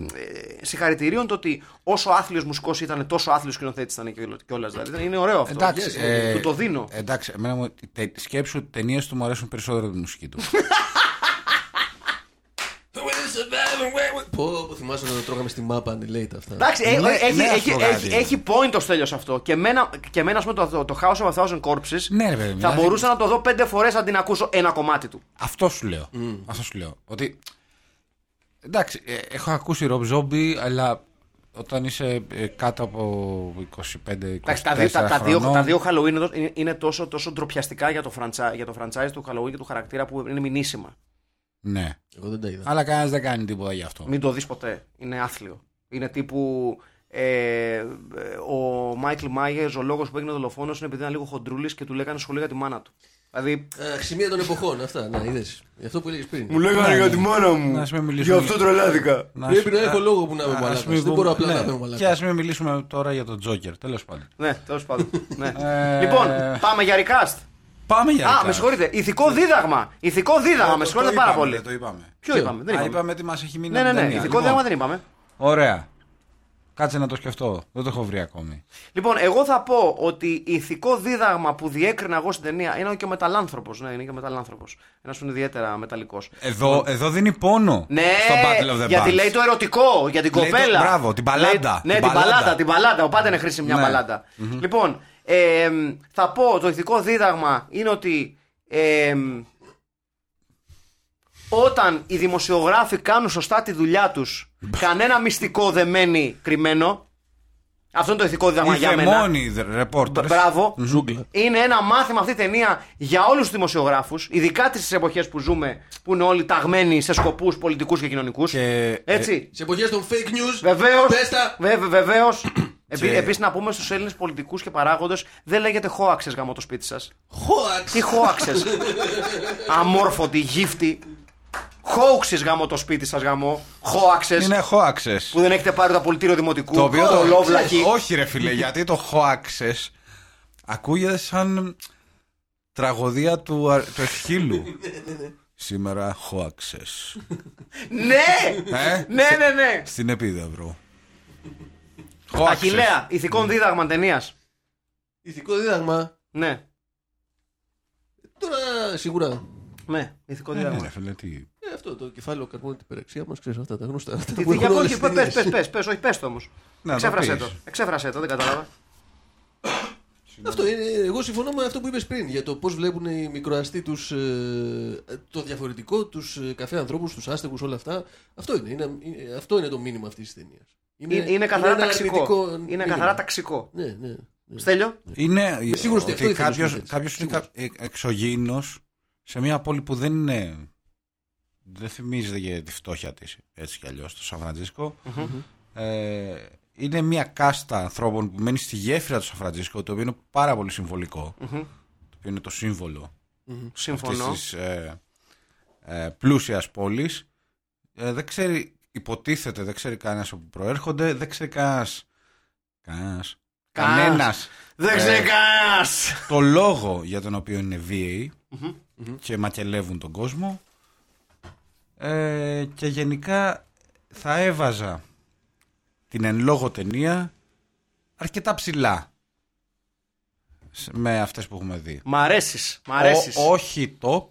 συγχαρητηρίων το ότι όσο άθλιος μουσικός ήταν, τόσο άθλιος σκηνοθέτης ήταν κιόλα. Δηλαδή είναι ωραίο αυτό. Εντάξει, Yes, ε, του το δίνω. Εντάξει, εμένα μου, τε, σκέψου ότι ταινίες του μου αρέσουν περισσότερο από τη μουσική του. Πω, πω, θυμάσαι όταν τρώγαμε στη μάπα ανηλέητα αυτά. Εντάξει, ε, Ναι, έχει, ναι, έχει, αυτό κάτι έχει, είναι. έχει point το στέλιος αυτό. Και εμένα, και εμένα ας πούμε, το, το House of a Thousand Corpses Ναι, ρε παιδί μου, θα δηλαδή- μπορούσα να το δω πέντε φορές αντί να ακούσω ένα κομμάτι του. Αυτό σου λέω. Mm. Αυτό σου λέω. Ότι. Εντάξει, ε, έχω ακούσει ρομπ ζόμπι, αλλά όταν είσαι ε, κάτω από 25-24 Εντάξει, τα, δύο- τα, τα, δύο, χρονών, τα δύο Halloween εδώ είναι, είναι τόσο, τόσο ντροπιαστικά για το, franchise, για το franchise του Halloween και του χαρακτήρα που είναι μηνύσιμα. Ναι. Εγώ δεν τα είδα. Αλλά κανένας δεν κάνει τίποτα γι' αυτό. Μην το δεις ποτέ. Είναι άθλιο. Είναι τύπου. Ε, ε, ο Μάικλ Μάγερ, ο λόγος που έγινε δολοφόνος είναι επειδή ήταν λίγο χοντρούλης και του λέγανε σχολεία για τη μάνα του. Δηλαδή. Α, Σημεία Ε, των εποχών, αυτά. Να, είδες. Γι' αυτό που έλεγες πριν. λέγανε για τη μάνα Να ας μην μιλήσουμε. τρελάθηκα. Να Πρέπει σου- να έχω λόγο που να είμαι ας μαλάκας. μην Δεν μπορώ απλά πούμε- να είμαι ναι. μαλάκας. Και ας μην μιλήσουμε τώρα για τον Τζόκερ, τέλος πάντων. Ναι, τέλος πάντων. ναι. Ε, Λοιπόν, πάμε για recast. Πάμε για Α, recap. με συγχωρείτε. Ηθικό δίδαγμα. Ηθικό δίδαγμα, Το- με το συγχωρείτε πάρα είπαμε, πολύ. Το είπαμε. Ποιο είπαμε, δεν Α, είπαμε. είπαμε τι μας έχει μείνει. Ναι, από ναι, την ναι. ταινία. Ηθικό δίδαγμα Λοιπόν, δεν είπαμε. Ωραία. Κάτσε να το σκεφτώ. Δεν το έχω βρει ακόμη. Λοιπόν, εγώ θα πω ότι ηθικό δίδαγμα που διέκρινα εγώ στην ταινία είναι και ο μεταλλάνθρωπος. Ναι, είναι και ο μεταλλάνθρωπος. Ένας είναι ιδιαίτερα μεταλλικός. Εδώ, εδώ δίνει πόνο Ναι, στο Battle of the γιατί Bands. λέει το ερωτικό για την Λέει το- κοπέλα. μπράβο, την μπαλάντα, Λέει- ναι, την την μπαλάντα. παλάτα, την παλάτα. Ο πάντα είναι χρήσιμη μια Ναι. παλάτα. Λοιπόν, ε, θα πω το ηθικό δίδαγμα είναι ότι ε, όταν οι δημοσιογράφοι κάνουν σωστά τη δουλειά τους κανένα μυστικό δεν μένει κρυμμένο. Αυτό είναι το ηθικό δίδαγμα Οι για μένα. δαιμόνοι ρεπόρτερ. Μπράβο. Ζούγκλα. Είναι ένα μάθημα αυτή η ταινία για όλους τους δημοσιογράφους, ειδικά τις εποχές που ζούμε, που είναι όλοι ταγμένοι σε σκοπούς πολιτικούς και κοινωνικούς. Και- ε, Έτσι. Σε εποχές των fake news. Βεβαίως. Πες τα. Βεβαίω. Και- Επίσης να πούμε στους Έλληνες πολιτικούς και παράγοντες, δεν λέγεται χώαξες γάμο το σπίτι σας. Hoax. Τι χώαξες. Αμόρφωτοι, γύφτη. Χώουξες γάμο το σπίτι σας γάμο. Χώαξες. Είναι hoaxes. Που δεν έχετε πάρει το απολυτήριο δημοτικού. Το οποίο το ολόβλακοι. Όχι, ρε φίλε, γιατί το hoaxes ακούγεται σαν τραγωδία του, αρ- του Εσχύλου. Σήμερα hoaxes. Ναι! Ε, Ναι, ναι, ναι. στην επίδαυρο. Hoaxes. Αχηλέα, Ναι. ηθικό δίδαγμα ταινίας. Ηθικό δίδαγμα. Ναι. Τώρα σίγουρα. Ναι, ηθικό Ε, ναι, δίδαγμα. ρε φίλε, τι- ε, αυτό το κεφάλαιο καρπών την υπεραξία μας, ξέρεις αυτά τα γνωστά. Αυτά Τι που τι- έχουν για- όλες όχι, τις πες, ταινίες. πες, πες, πες, όχι, πες το όμως. Να το Εξέφρασέ πεις. το, εξέφρασέ το, δεν κατάλαβα. Αυτό είναι. Εγώ συμφωνώ με αυτό που είπες πριν για το πώς βλέπουν οι μικροαστοί τους, ε, το διαφορετικό, τους ε, καφέ ανθρώπους, τους άστεγους, όλα αυτά. Αυτό είναι, είναι, είναι- αυτό είναι το μήνυμα αυτής της ταινίας. Είναι, είναι καθαρά ένα αρνητικό ταξικό. Είναι μήνυμα. καθαρά ταξικό. Ναι, ναι. ναι. Στέλιο, Είναι σίγουρος ότι αυτό ότι ήθελε ο κάποιος, σκηνοθέτης. κάποιος είναι Σίγουρος. κα- ε, εξωγήινος σε μια πόλη που δεν είναι... Δεν θυμίζεται για τη φτώχεια της, έτσι κι αλλιώς, το Σαν φραντζισκο Ε, είναι μια κάστα ανθρώπων που μένει στη γέφυρα του Σαν Φραντζίσκο, το οποίο είναι πάρα πολύ συμβολικό, Το οποίο είναι το σύμβολο συμφωνώ. αυτής της ε, ε, πλούσιας πόλης. Ε, δεν ξέρει, υποτίθεται, δεν ξέρει κανένας όπου προέρχονται, δεν ξέρει κανένας... Κανένας. Κανένας. Κανένας. Δεν ε, ξέρει κανένας. το λόγο για τον οποίο είναι βίαιοι και μακελεύουν τον κόσμο. Ε, και γενικά θα έβαζα την εν λόγω ταινία αρκετά ψηλά σε- με αυτές που έχουμε δει. Μ' αρέσεις, μ' αρέσεις. Ο- όχι top,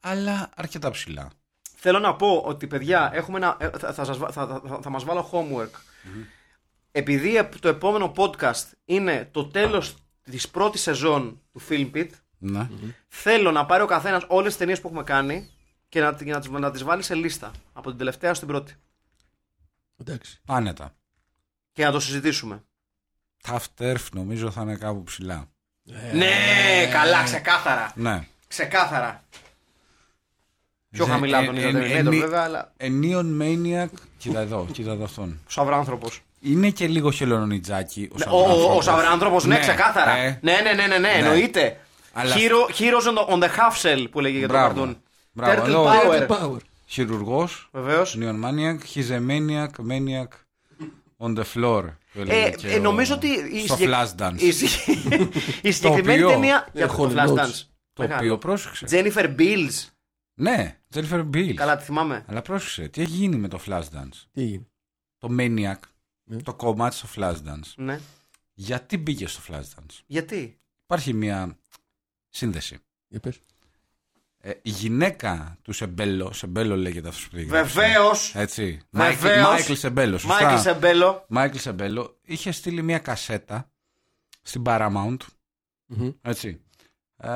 αλλά αρκετά ψηλά. Θέλω να πω ότι παιδιά, έχουμε ένα, ε, θα, θα, σας βα- θα, θα, θα μας βάλω homework. Επειδή ε, το επόμενο podcast είναι το τέλος της πρώτης σεζόν του Film Pit, Ναι. θέλω να πάρει ο καθένας όλες τις ταινίες που έχουμε κάνει και να, και να, τις, να τις βάλει σε λίστα. Από την τελευταία στην πρώτη. Εντάξει. Άνετα. Και να το συζητήσουμε. Tough turf νομίζω θα είναι κάπου ψηλά. Ναι, καλά, ξεκάθαρα. Ναι. Ξεκάθαρα. Πιο Ε, χαμηλά ε, τον ε, είδατε ε, Terminator ε, βέβαια, αλλά A neon maniac. Κοίτα εδώ, κοίτα εδώ αυτόν. σαυράνθρωπος. Ναι, Είναι και λίγο χελωνιτζάκι. Ο, Ο, ο, ο Σαβράνθρωπο, ναι, Ναι, ξεκάθαρα. ε. Ναι, ναι, ναι, ναι, ναι, εννοείται. Αλλά- Hero- Heroes on the, on the half cell που λέγεται για το Μπράβο. καρτούν. Μπράβο, Turtle εδώ- Power. Power. Χειρουργός. Βεβαίως. Neon Maniac. He's a maniac. Maniac. On the floor. το έλεγε Ε, και ε, ο- νομίζω ότι. Στο συγκεκ- Flash Dance. Η, συ- η συγκεκριμένη Ναι. οποίο- ταινία. Για το Hall Flash Notes. Dance. Το οποίο πρόσεξε. Τζένιφερ Μπίλς Ναι, Jennifer Beals. Καλά, τη θυμάμαι. Αλλά πρόσεξε, τι έχει γίνει με το Flashdance. Τι έγινε. Το Maniac, Ναι. το κομμάτι στο Flashdance. Ναι. Γιατί μπήκε στο Flashdance. Γιατί. Υπάρχει μια σύνδεση. Για πες. Ε, η γυναίκα του Σεμπέλο, Σεμπέλο λέγεται αυτός που πήγε. Βεβαίως. Έτσι. Βεβαίως. Μάικλ Σεμπέλο. Μάικλ Ε, Σωστά. Σεμπέλο. Μάικλ Σεμπέλο είχε στείλει μια κασέτα στην Paramount. Μμμ. Έτσι. Ε,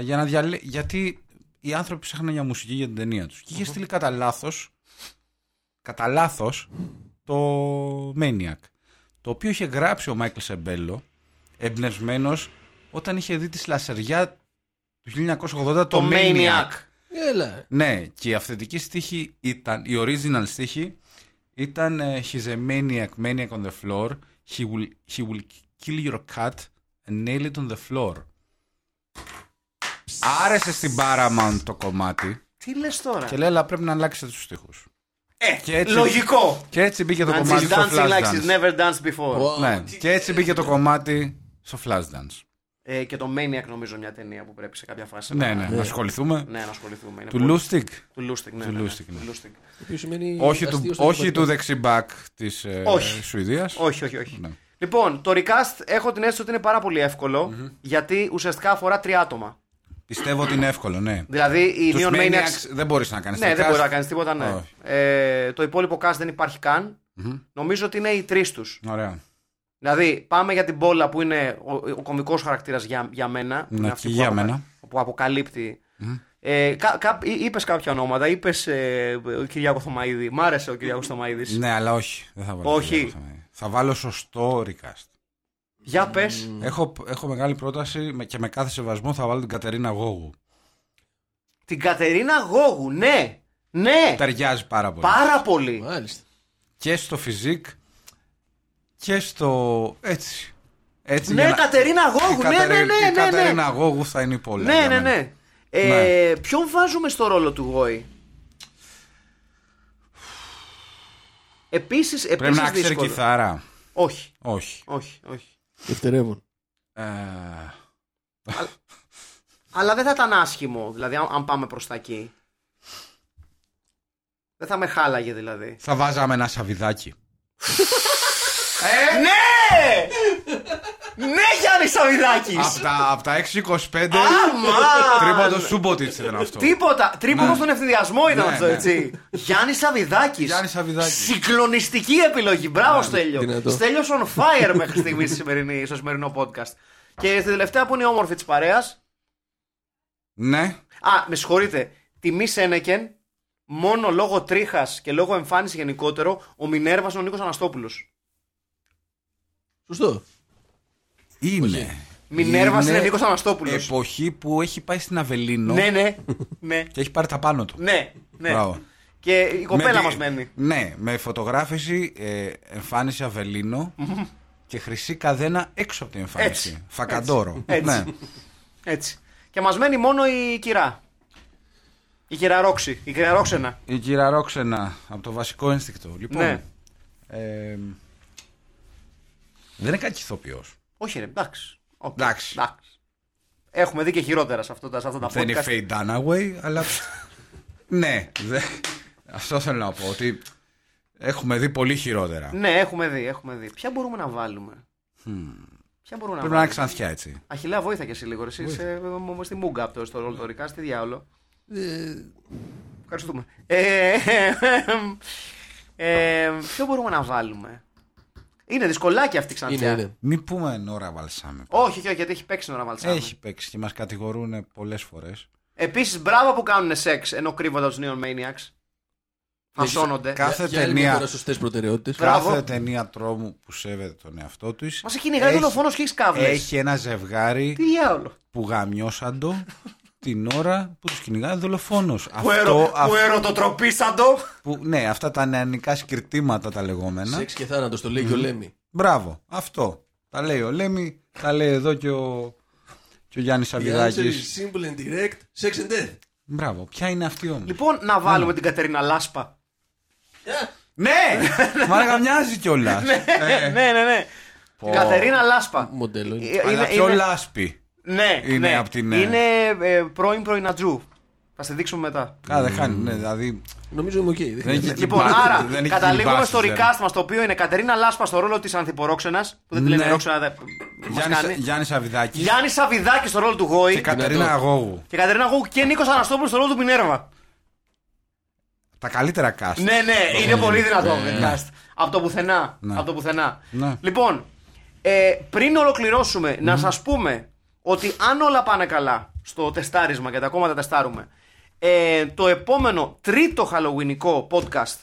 για να διαλέ... Γιατί οι άνθρωποι ψάχναν για μουσική για την ταινία τους. Και είχε στείλει κατά λάθος. Κατά λάθος το Maniac. Το οποίο είχε γράψει ο Μάικλ Σεμπέλο εμπνευσμένος όταν είχε δει τη σλασεριά του 1980 Το Maniac. Έλα. ναι, και η αυθεντική στίχη ήταν, η original στίχη ήταν ε, He's a maniac, maniac on the floor. He will, he will kill your cat and nail it on the floor. Άρεσε στην Paramount το κομμάτι Τι λες τώρα. και λέει, αλλά πρέπει να αλλάξετε τους στίχους. και Ε, έτσι- λογικό. Και έτσι μπήκε το And κομμάτι she's στο dancing like Flashdance. she's never danced before. Wow. Ναι, και έτσι μπήκε το κομμάτι στο Flashdance. Ε, και το Maniac νομίζω μια ταινία που πρέπει σε κάποια φάση Ναι, να, ναι, να ασχοληθούμε. ναι, να ασχοληθούμε. Είναι Του πολύ- Lustig, Του Λούστικ, ναι. Του ναι, ναι. Lustig, ναι. Του Lustig. Το οποίο σημαίνει όχι του, αστείο στα όχι του γερμανικά. δεξιμπακ της ε, Όχι. Σουηδίας. Όχι, όχι, όχι. Ναι. Λοιπόν, το recast έχω την αίσθηση ότι είναι πάρα πολύ εύκολο, γιατί ουσιαστικά αφορά τρία άτομα. Πιστεύω ότι είναι εύκολο, ναι. Δηλαδή οι Τους Neon Maniacs. Maniacs δεν μπορείς να κάνεις Ναι, δεν μπορεί να κάνεις τίποτα, ναι. Όχι. Ε, το υπόλοιπο cast δεν υπάρχει καν. Νομίζω ότι είναι οι τρεις τους. Ωραία. Δηλαδή, πάμε για την Πόλα που είναι ο, ο κωμικό χαρακτήρας για, για μένα. που Ναι, είναι και αυτή που, για αποκα- μένα. που αποκαλύπτει. Ε, κα, κα, εί- είπες κάποια ονόματα, είπες ο Κυριάκο Θωμαίδη. Μ' άρεσε ο Κυριάκος Θωμαίδης. Ναι, αλλά όχι. Δεν θα βάλω. Όχι. το Γιώργο Θαμαίδη. Θα βάλω σωστό recast. Για πες. Έχω, έχω μεγάλη πρόταση με- και με κάθε σεβασμό θα βάλω την Κατερίνα Γόγου. Την Κατερίνα Γόγου, ναι! Ναι! Ταιριάζει πάρα πολύ. Πάρα πολύ! Μάλιστα. Και στο φιζικ και στο. Έτσι. Έτσι Ναι, για να- Κατερίνα Γόγου, Η ναι, ναι, Κατερι- ναι, Η ναι, ναι. Κατερίνα ναι. Γόγου θα είναι η πόλη. Ναι, για ναι, μένα. ναι. Ε, Ποιον βάζουμε στο ρόλο του Γόη. Επίσης, επίσης Πρέπει να ξέρει δύσκολο. κιθάρα. Όχι, Όχι. όχι, όχι. Δευτερεύον. Ε, Αλλά δεν θα ήταν άσχημο, δηλαδή, αν αν πάμε προς τα εκεί. Δεν θα με χάλαγε, δηλαδή. θα βάζαμε ένα σαβιδάκι. Ε, ναι! ναι, Γιάννης Σαββιδάκης! Απ' τα, απ τα 6-25 Αμάν! τρίποντο Σούμποτιτς ήταν αυτό. Τίποτα. Τρίποντο Ναι. στον ευθυδιασμό ήταν Ναι, αυτό, ναι. έτσι. Γιάννης Σαββιδάκης. Γιάννης Σαββιδάκης. Ναι, Συγκλονιστική επιλογή. Μπράβο, Στέλιο. δυνατό. Στέλιος on fire μέχρι στιγμής στη σημερινή- στο σημερινό podcast. Και στη τελευταία που είναι η όμορφη της παρέας. Ναι, Α, με συγχωρείτε. Τιμή Σένεκεν. Μόνο λόγω τρίχας και λόγω εμφάνιση γενικότερο, ο Μινέρβας είναι ο Νίκος Αναστόπουλος. Σωστό. είναι. Μινέρβα είναι, Νίκο Αναστόπουλο. Εποχή που έχει πάει στην Αβελίνο Ναι, ναι. ναι, και έχει πάρει τα πάνω του. ναι, ναι. Μπράβο. Και η κοπέλα τη- μας μένει. Ναι, με φωτογράφηση, ε, εμφάνιση Αβελίνο και χρυσή καδένα έξω από την εμφάνιση. Έτσι. Φακαντόρο. Έτσι. Ναι. Έτσι. Και μας μένει μόνο η κυρά. Η κυραρόξη. Η κυραρόξενα. Ναι. Η κυρία Ρόξενα από το βασικό ένστικτο. Λοιπόν. Ναι. ε, δεν είναι κακή ηθοποιός. Όχι, ρε, εντάξει. Οκ. Εντάξει. Έχουμε δει και χειρότερα σε, αυτό, τα- σε αυτά τα Δεν είναι podcast. Faye Dunaway, αλλά. ναι, δε- αυτό θέλω να πω. Ότι έχουμε δει πολύ χειρότερα. Ναι, έχουμε δει, έχουμε δει. Ποια μπορούμε να βάλουμε. Ποια μπορούμε να Hm. Πρέπει να είναι βάλουμε. ξανθιά έτσι. Αχιλέα, βοήθα και εσύ λίγο. ρε. Εσύ είσαι ε, μου- στη μούγκα από το στο ρόλο του Ρικά, στη διάολο. Ε, Ευχαριστούμε. Ε, ε, ποιο μπορούμε να βάλουμε. Είναι δυσκολάκι αυτή η Είναι, ξανθιά. είναι. Μην πούμε Νόρα Βαλσάμι. Όχι, όχι, όχι, γιατί έχει παίξει ώρα Βαλσάμι. Έχει παίξει και μας κατηγορούν πολλές φορές. Επίσης, μπράβο που κάνουν σεξ ενώ κρύβονται του Neon Maniacs. Φασώνονται. Κάθε Για άλλη μια ταινία. φορά σωστέ προτεραιότητες. Μπράβο. Κάθε ταινία τρόμου που σέβεται τον εαυτό της. Μας έχει κυνηγάει δολοφόνος και έχεις κάβλε. Έχει ένα ζευγάρι Τι διάολο. που γαμιώσαν το την ώρα που τους κυνηγάει δολοφόνο. Κουέρο, κουέρο το τροπίσαντο. που, ναι, αυτά τα νεανικά σκυρτήματα τα λεγόμενα. Σεξ και θάνατος, το λέει και ο Λέμι. Μπράβο, αυτό. Τα λέει ο Λέμι, τα λέει εδώ και ο, και ο Γιάννης The answer is Αβιδάκη. simple and direct. Sex and death. Μπράβο, ποια είναι αυτή όμως. Λοιπόν, να βάλουμε την Κατερίνα Λάσπα. Ναι! Μάρα μοιάζει κιόλας. ναι, ναι, ναι. Κατερίνα Λάσπα. Μοντέλο είναι. Ε, Αλλά είναι- πιο είναι- λάσπη. Ναι, είναι ναι. απ' την, ε, Είναι ε, πρώην πρωινατζού. Θα σε δείξουμε μετά. Α, δεν χάνει, ναι, δηλαδή. Νομίζω είμαι οκ. δεν Δεν χρειάζεται. έχει Λοιπόν, κυμπά- άρα δεν έχει καταλήγουμε κυμπάσεις, στο δεν. recast μας το οποίο είναι Κατερίνα Λάσπα στο ρόλο της Ανθιπορόξενας. Που δεν τη λένε Ναι. Ρόξενα, δεν μα κάνει. Γιάννης Αβιδάκης Γιάννης Σαβιδάκη στο ρόλο του Γόη. και Κατερίνα Αγώγου. Και Κατερίνα Γου και Νίκος Αναστόπουλος στο ρόλο του Μινέρβα. Τα καλύτερα cast. Ναι, ναι, είναι πολύ δυνατό recast. Από το πουθενά. Ναι. Από το πουθενά. Ναι. Λοιπόν, ε, πριν ολοκληρώσουμε, να σας πούμε ότι αν όλα πάνε καλά στο τεστάρισμα, γιατί ακόμα τα τεστάρουμε, ε, το επόμενο τρίτο Halloweenικό podcast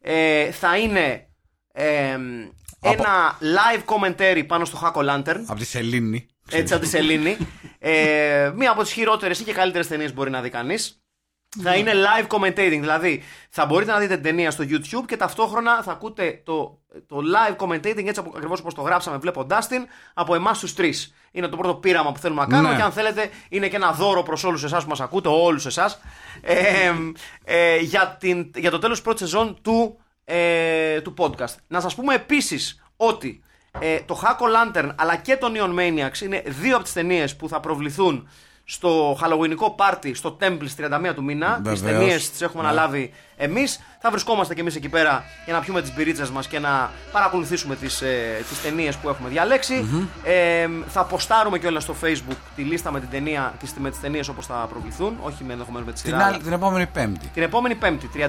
ε, θα είναι ε, ένα live commentary πάνω στο Hack Lantern. Από τη Σελήνη. Έτσι, από τη Σελήνη. ε, μία από τις χειρότερες ή και καλύτερες ταινίες μπορεί να δει κανείς. Θα είναι live commentating, δηλαδή θα μπορείτε να δείτε την ταινία στο YouTube και ταυτόχρονα θα ακούτε το, το live commentating έτσι ακριβώς όπως το γράψαμε βλέποντάς την από εμάς τους τρεις. Είναι το πρώτο πείραμα που θέλουμε να κάνουμε Ναι. και αν θέλετε είναι και ένα δώρο προς όλους εσάς που μας ακούτε, όλους εσάς, ε, ε, για, την- για το τέλος τη πρώτης σεζόν του, ε, του podcast. Να σας πούμε επίσης ότι ε, το Hack Lantern αλλά και το Neon Maniacs είναι δύο από τις ταινίες που θα προβληθούν στο Halloweenικό πάρτι στο Temple στις 31 του μήνα. Τις Βεβαίως. ταινίες τις Ναι. έχουμε αναλάβει εμείς. Θα βρισκόμαστε κι εμείς εκεί πέρα για να πιούμε τις μπυρίτσε μας και να παρακολουθήσουμε τις τις, ε, τις ταινίες που έχουμε διαλέξει. Ε, θα αποστάρουμε κιόλας στο Facebook τη λίστα με, την ταινία, τις, με τις ταινίες όπως θα προβληθούν, όχι με ενδεχομένως με τη Την, σειρά. αλλά- άλλη, την επόμενη Πέμπτη. την επόμενη Πέμπτη, 31,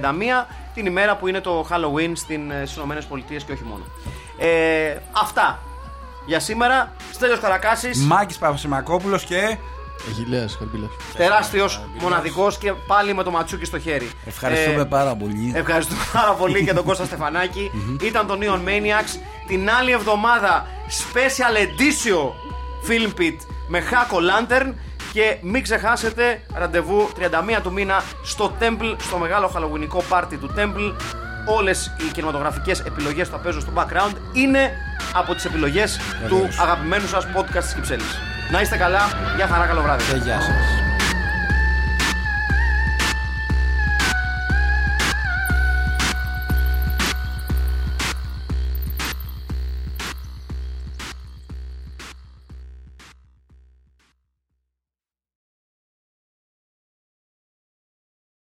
την ημέρα που είναι το Halloween στην, ε, στις Ηνωμένες Πολιτείες και όχι μόνο. Ε, αυτά για σήμερα. Στέλιος Καρακάσης, Μάκης Παπασημακόπουλος και. Αχιλέας, Χαρμπίλας. τεράστιος, μοναδικός και πάλι με το ματσούκι στο χέρι. Ευχαριστούμε Ε, πάρα πολύ. Ευχαριστούμε πάρα πολύ και τον Κώστα Στεφανάκη. Ήταν το Neon Maniacs. Την άλλη εβδομάδα special edition Film Pit με Hack o' Lantern. Και μην ξεχάσετε ραντεβού 31 του μήνα στο Temple, στο μεγάλο χαλογουνικό πάρτι του Temple. Όλες οι κινηματογραφικές επιλογές που θα παίζουν στο background είναι από τις επιλογές του αγαπημένου Ε, σας podcast της Κυψέλης. Να είστε καλά, για χαρά, καλό βράδυ. Γεια σας.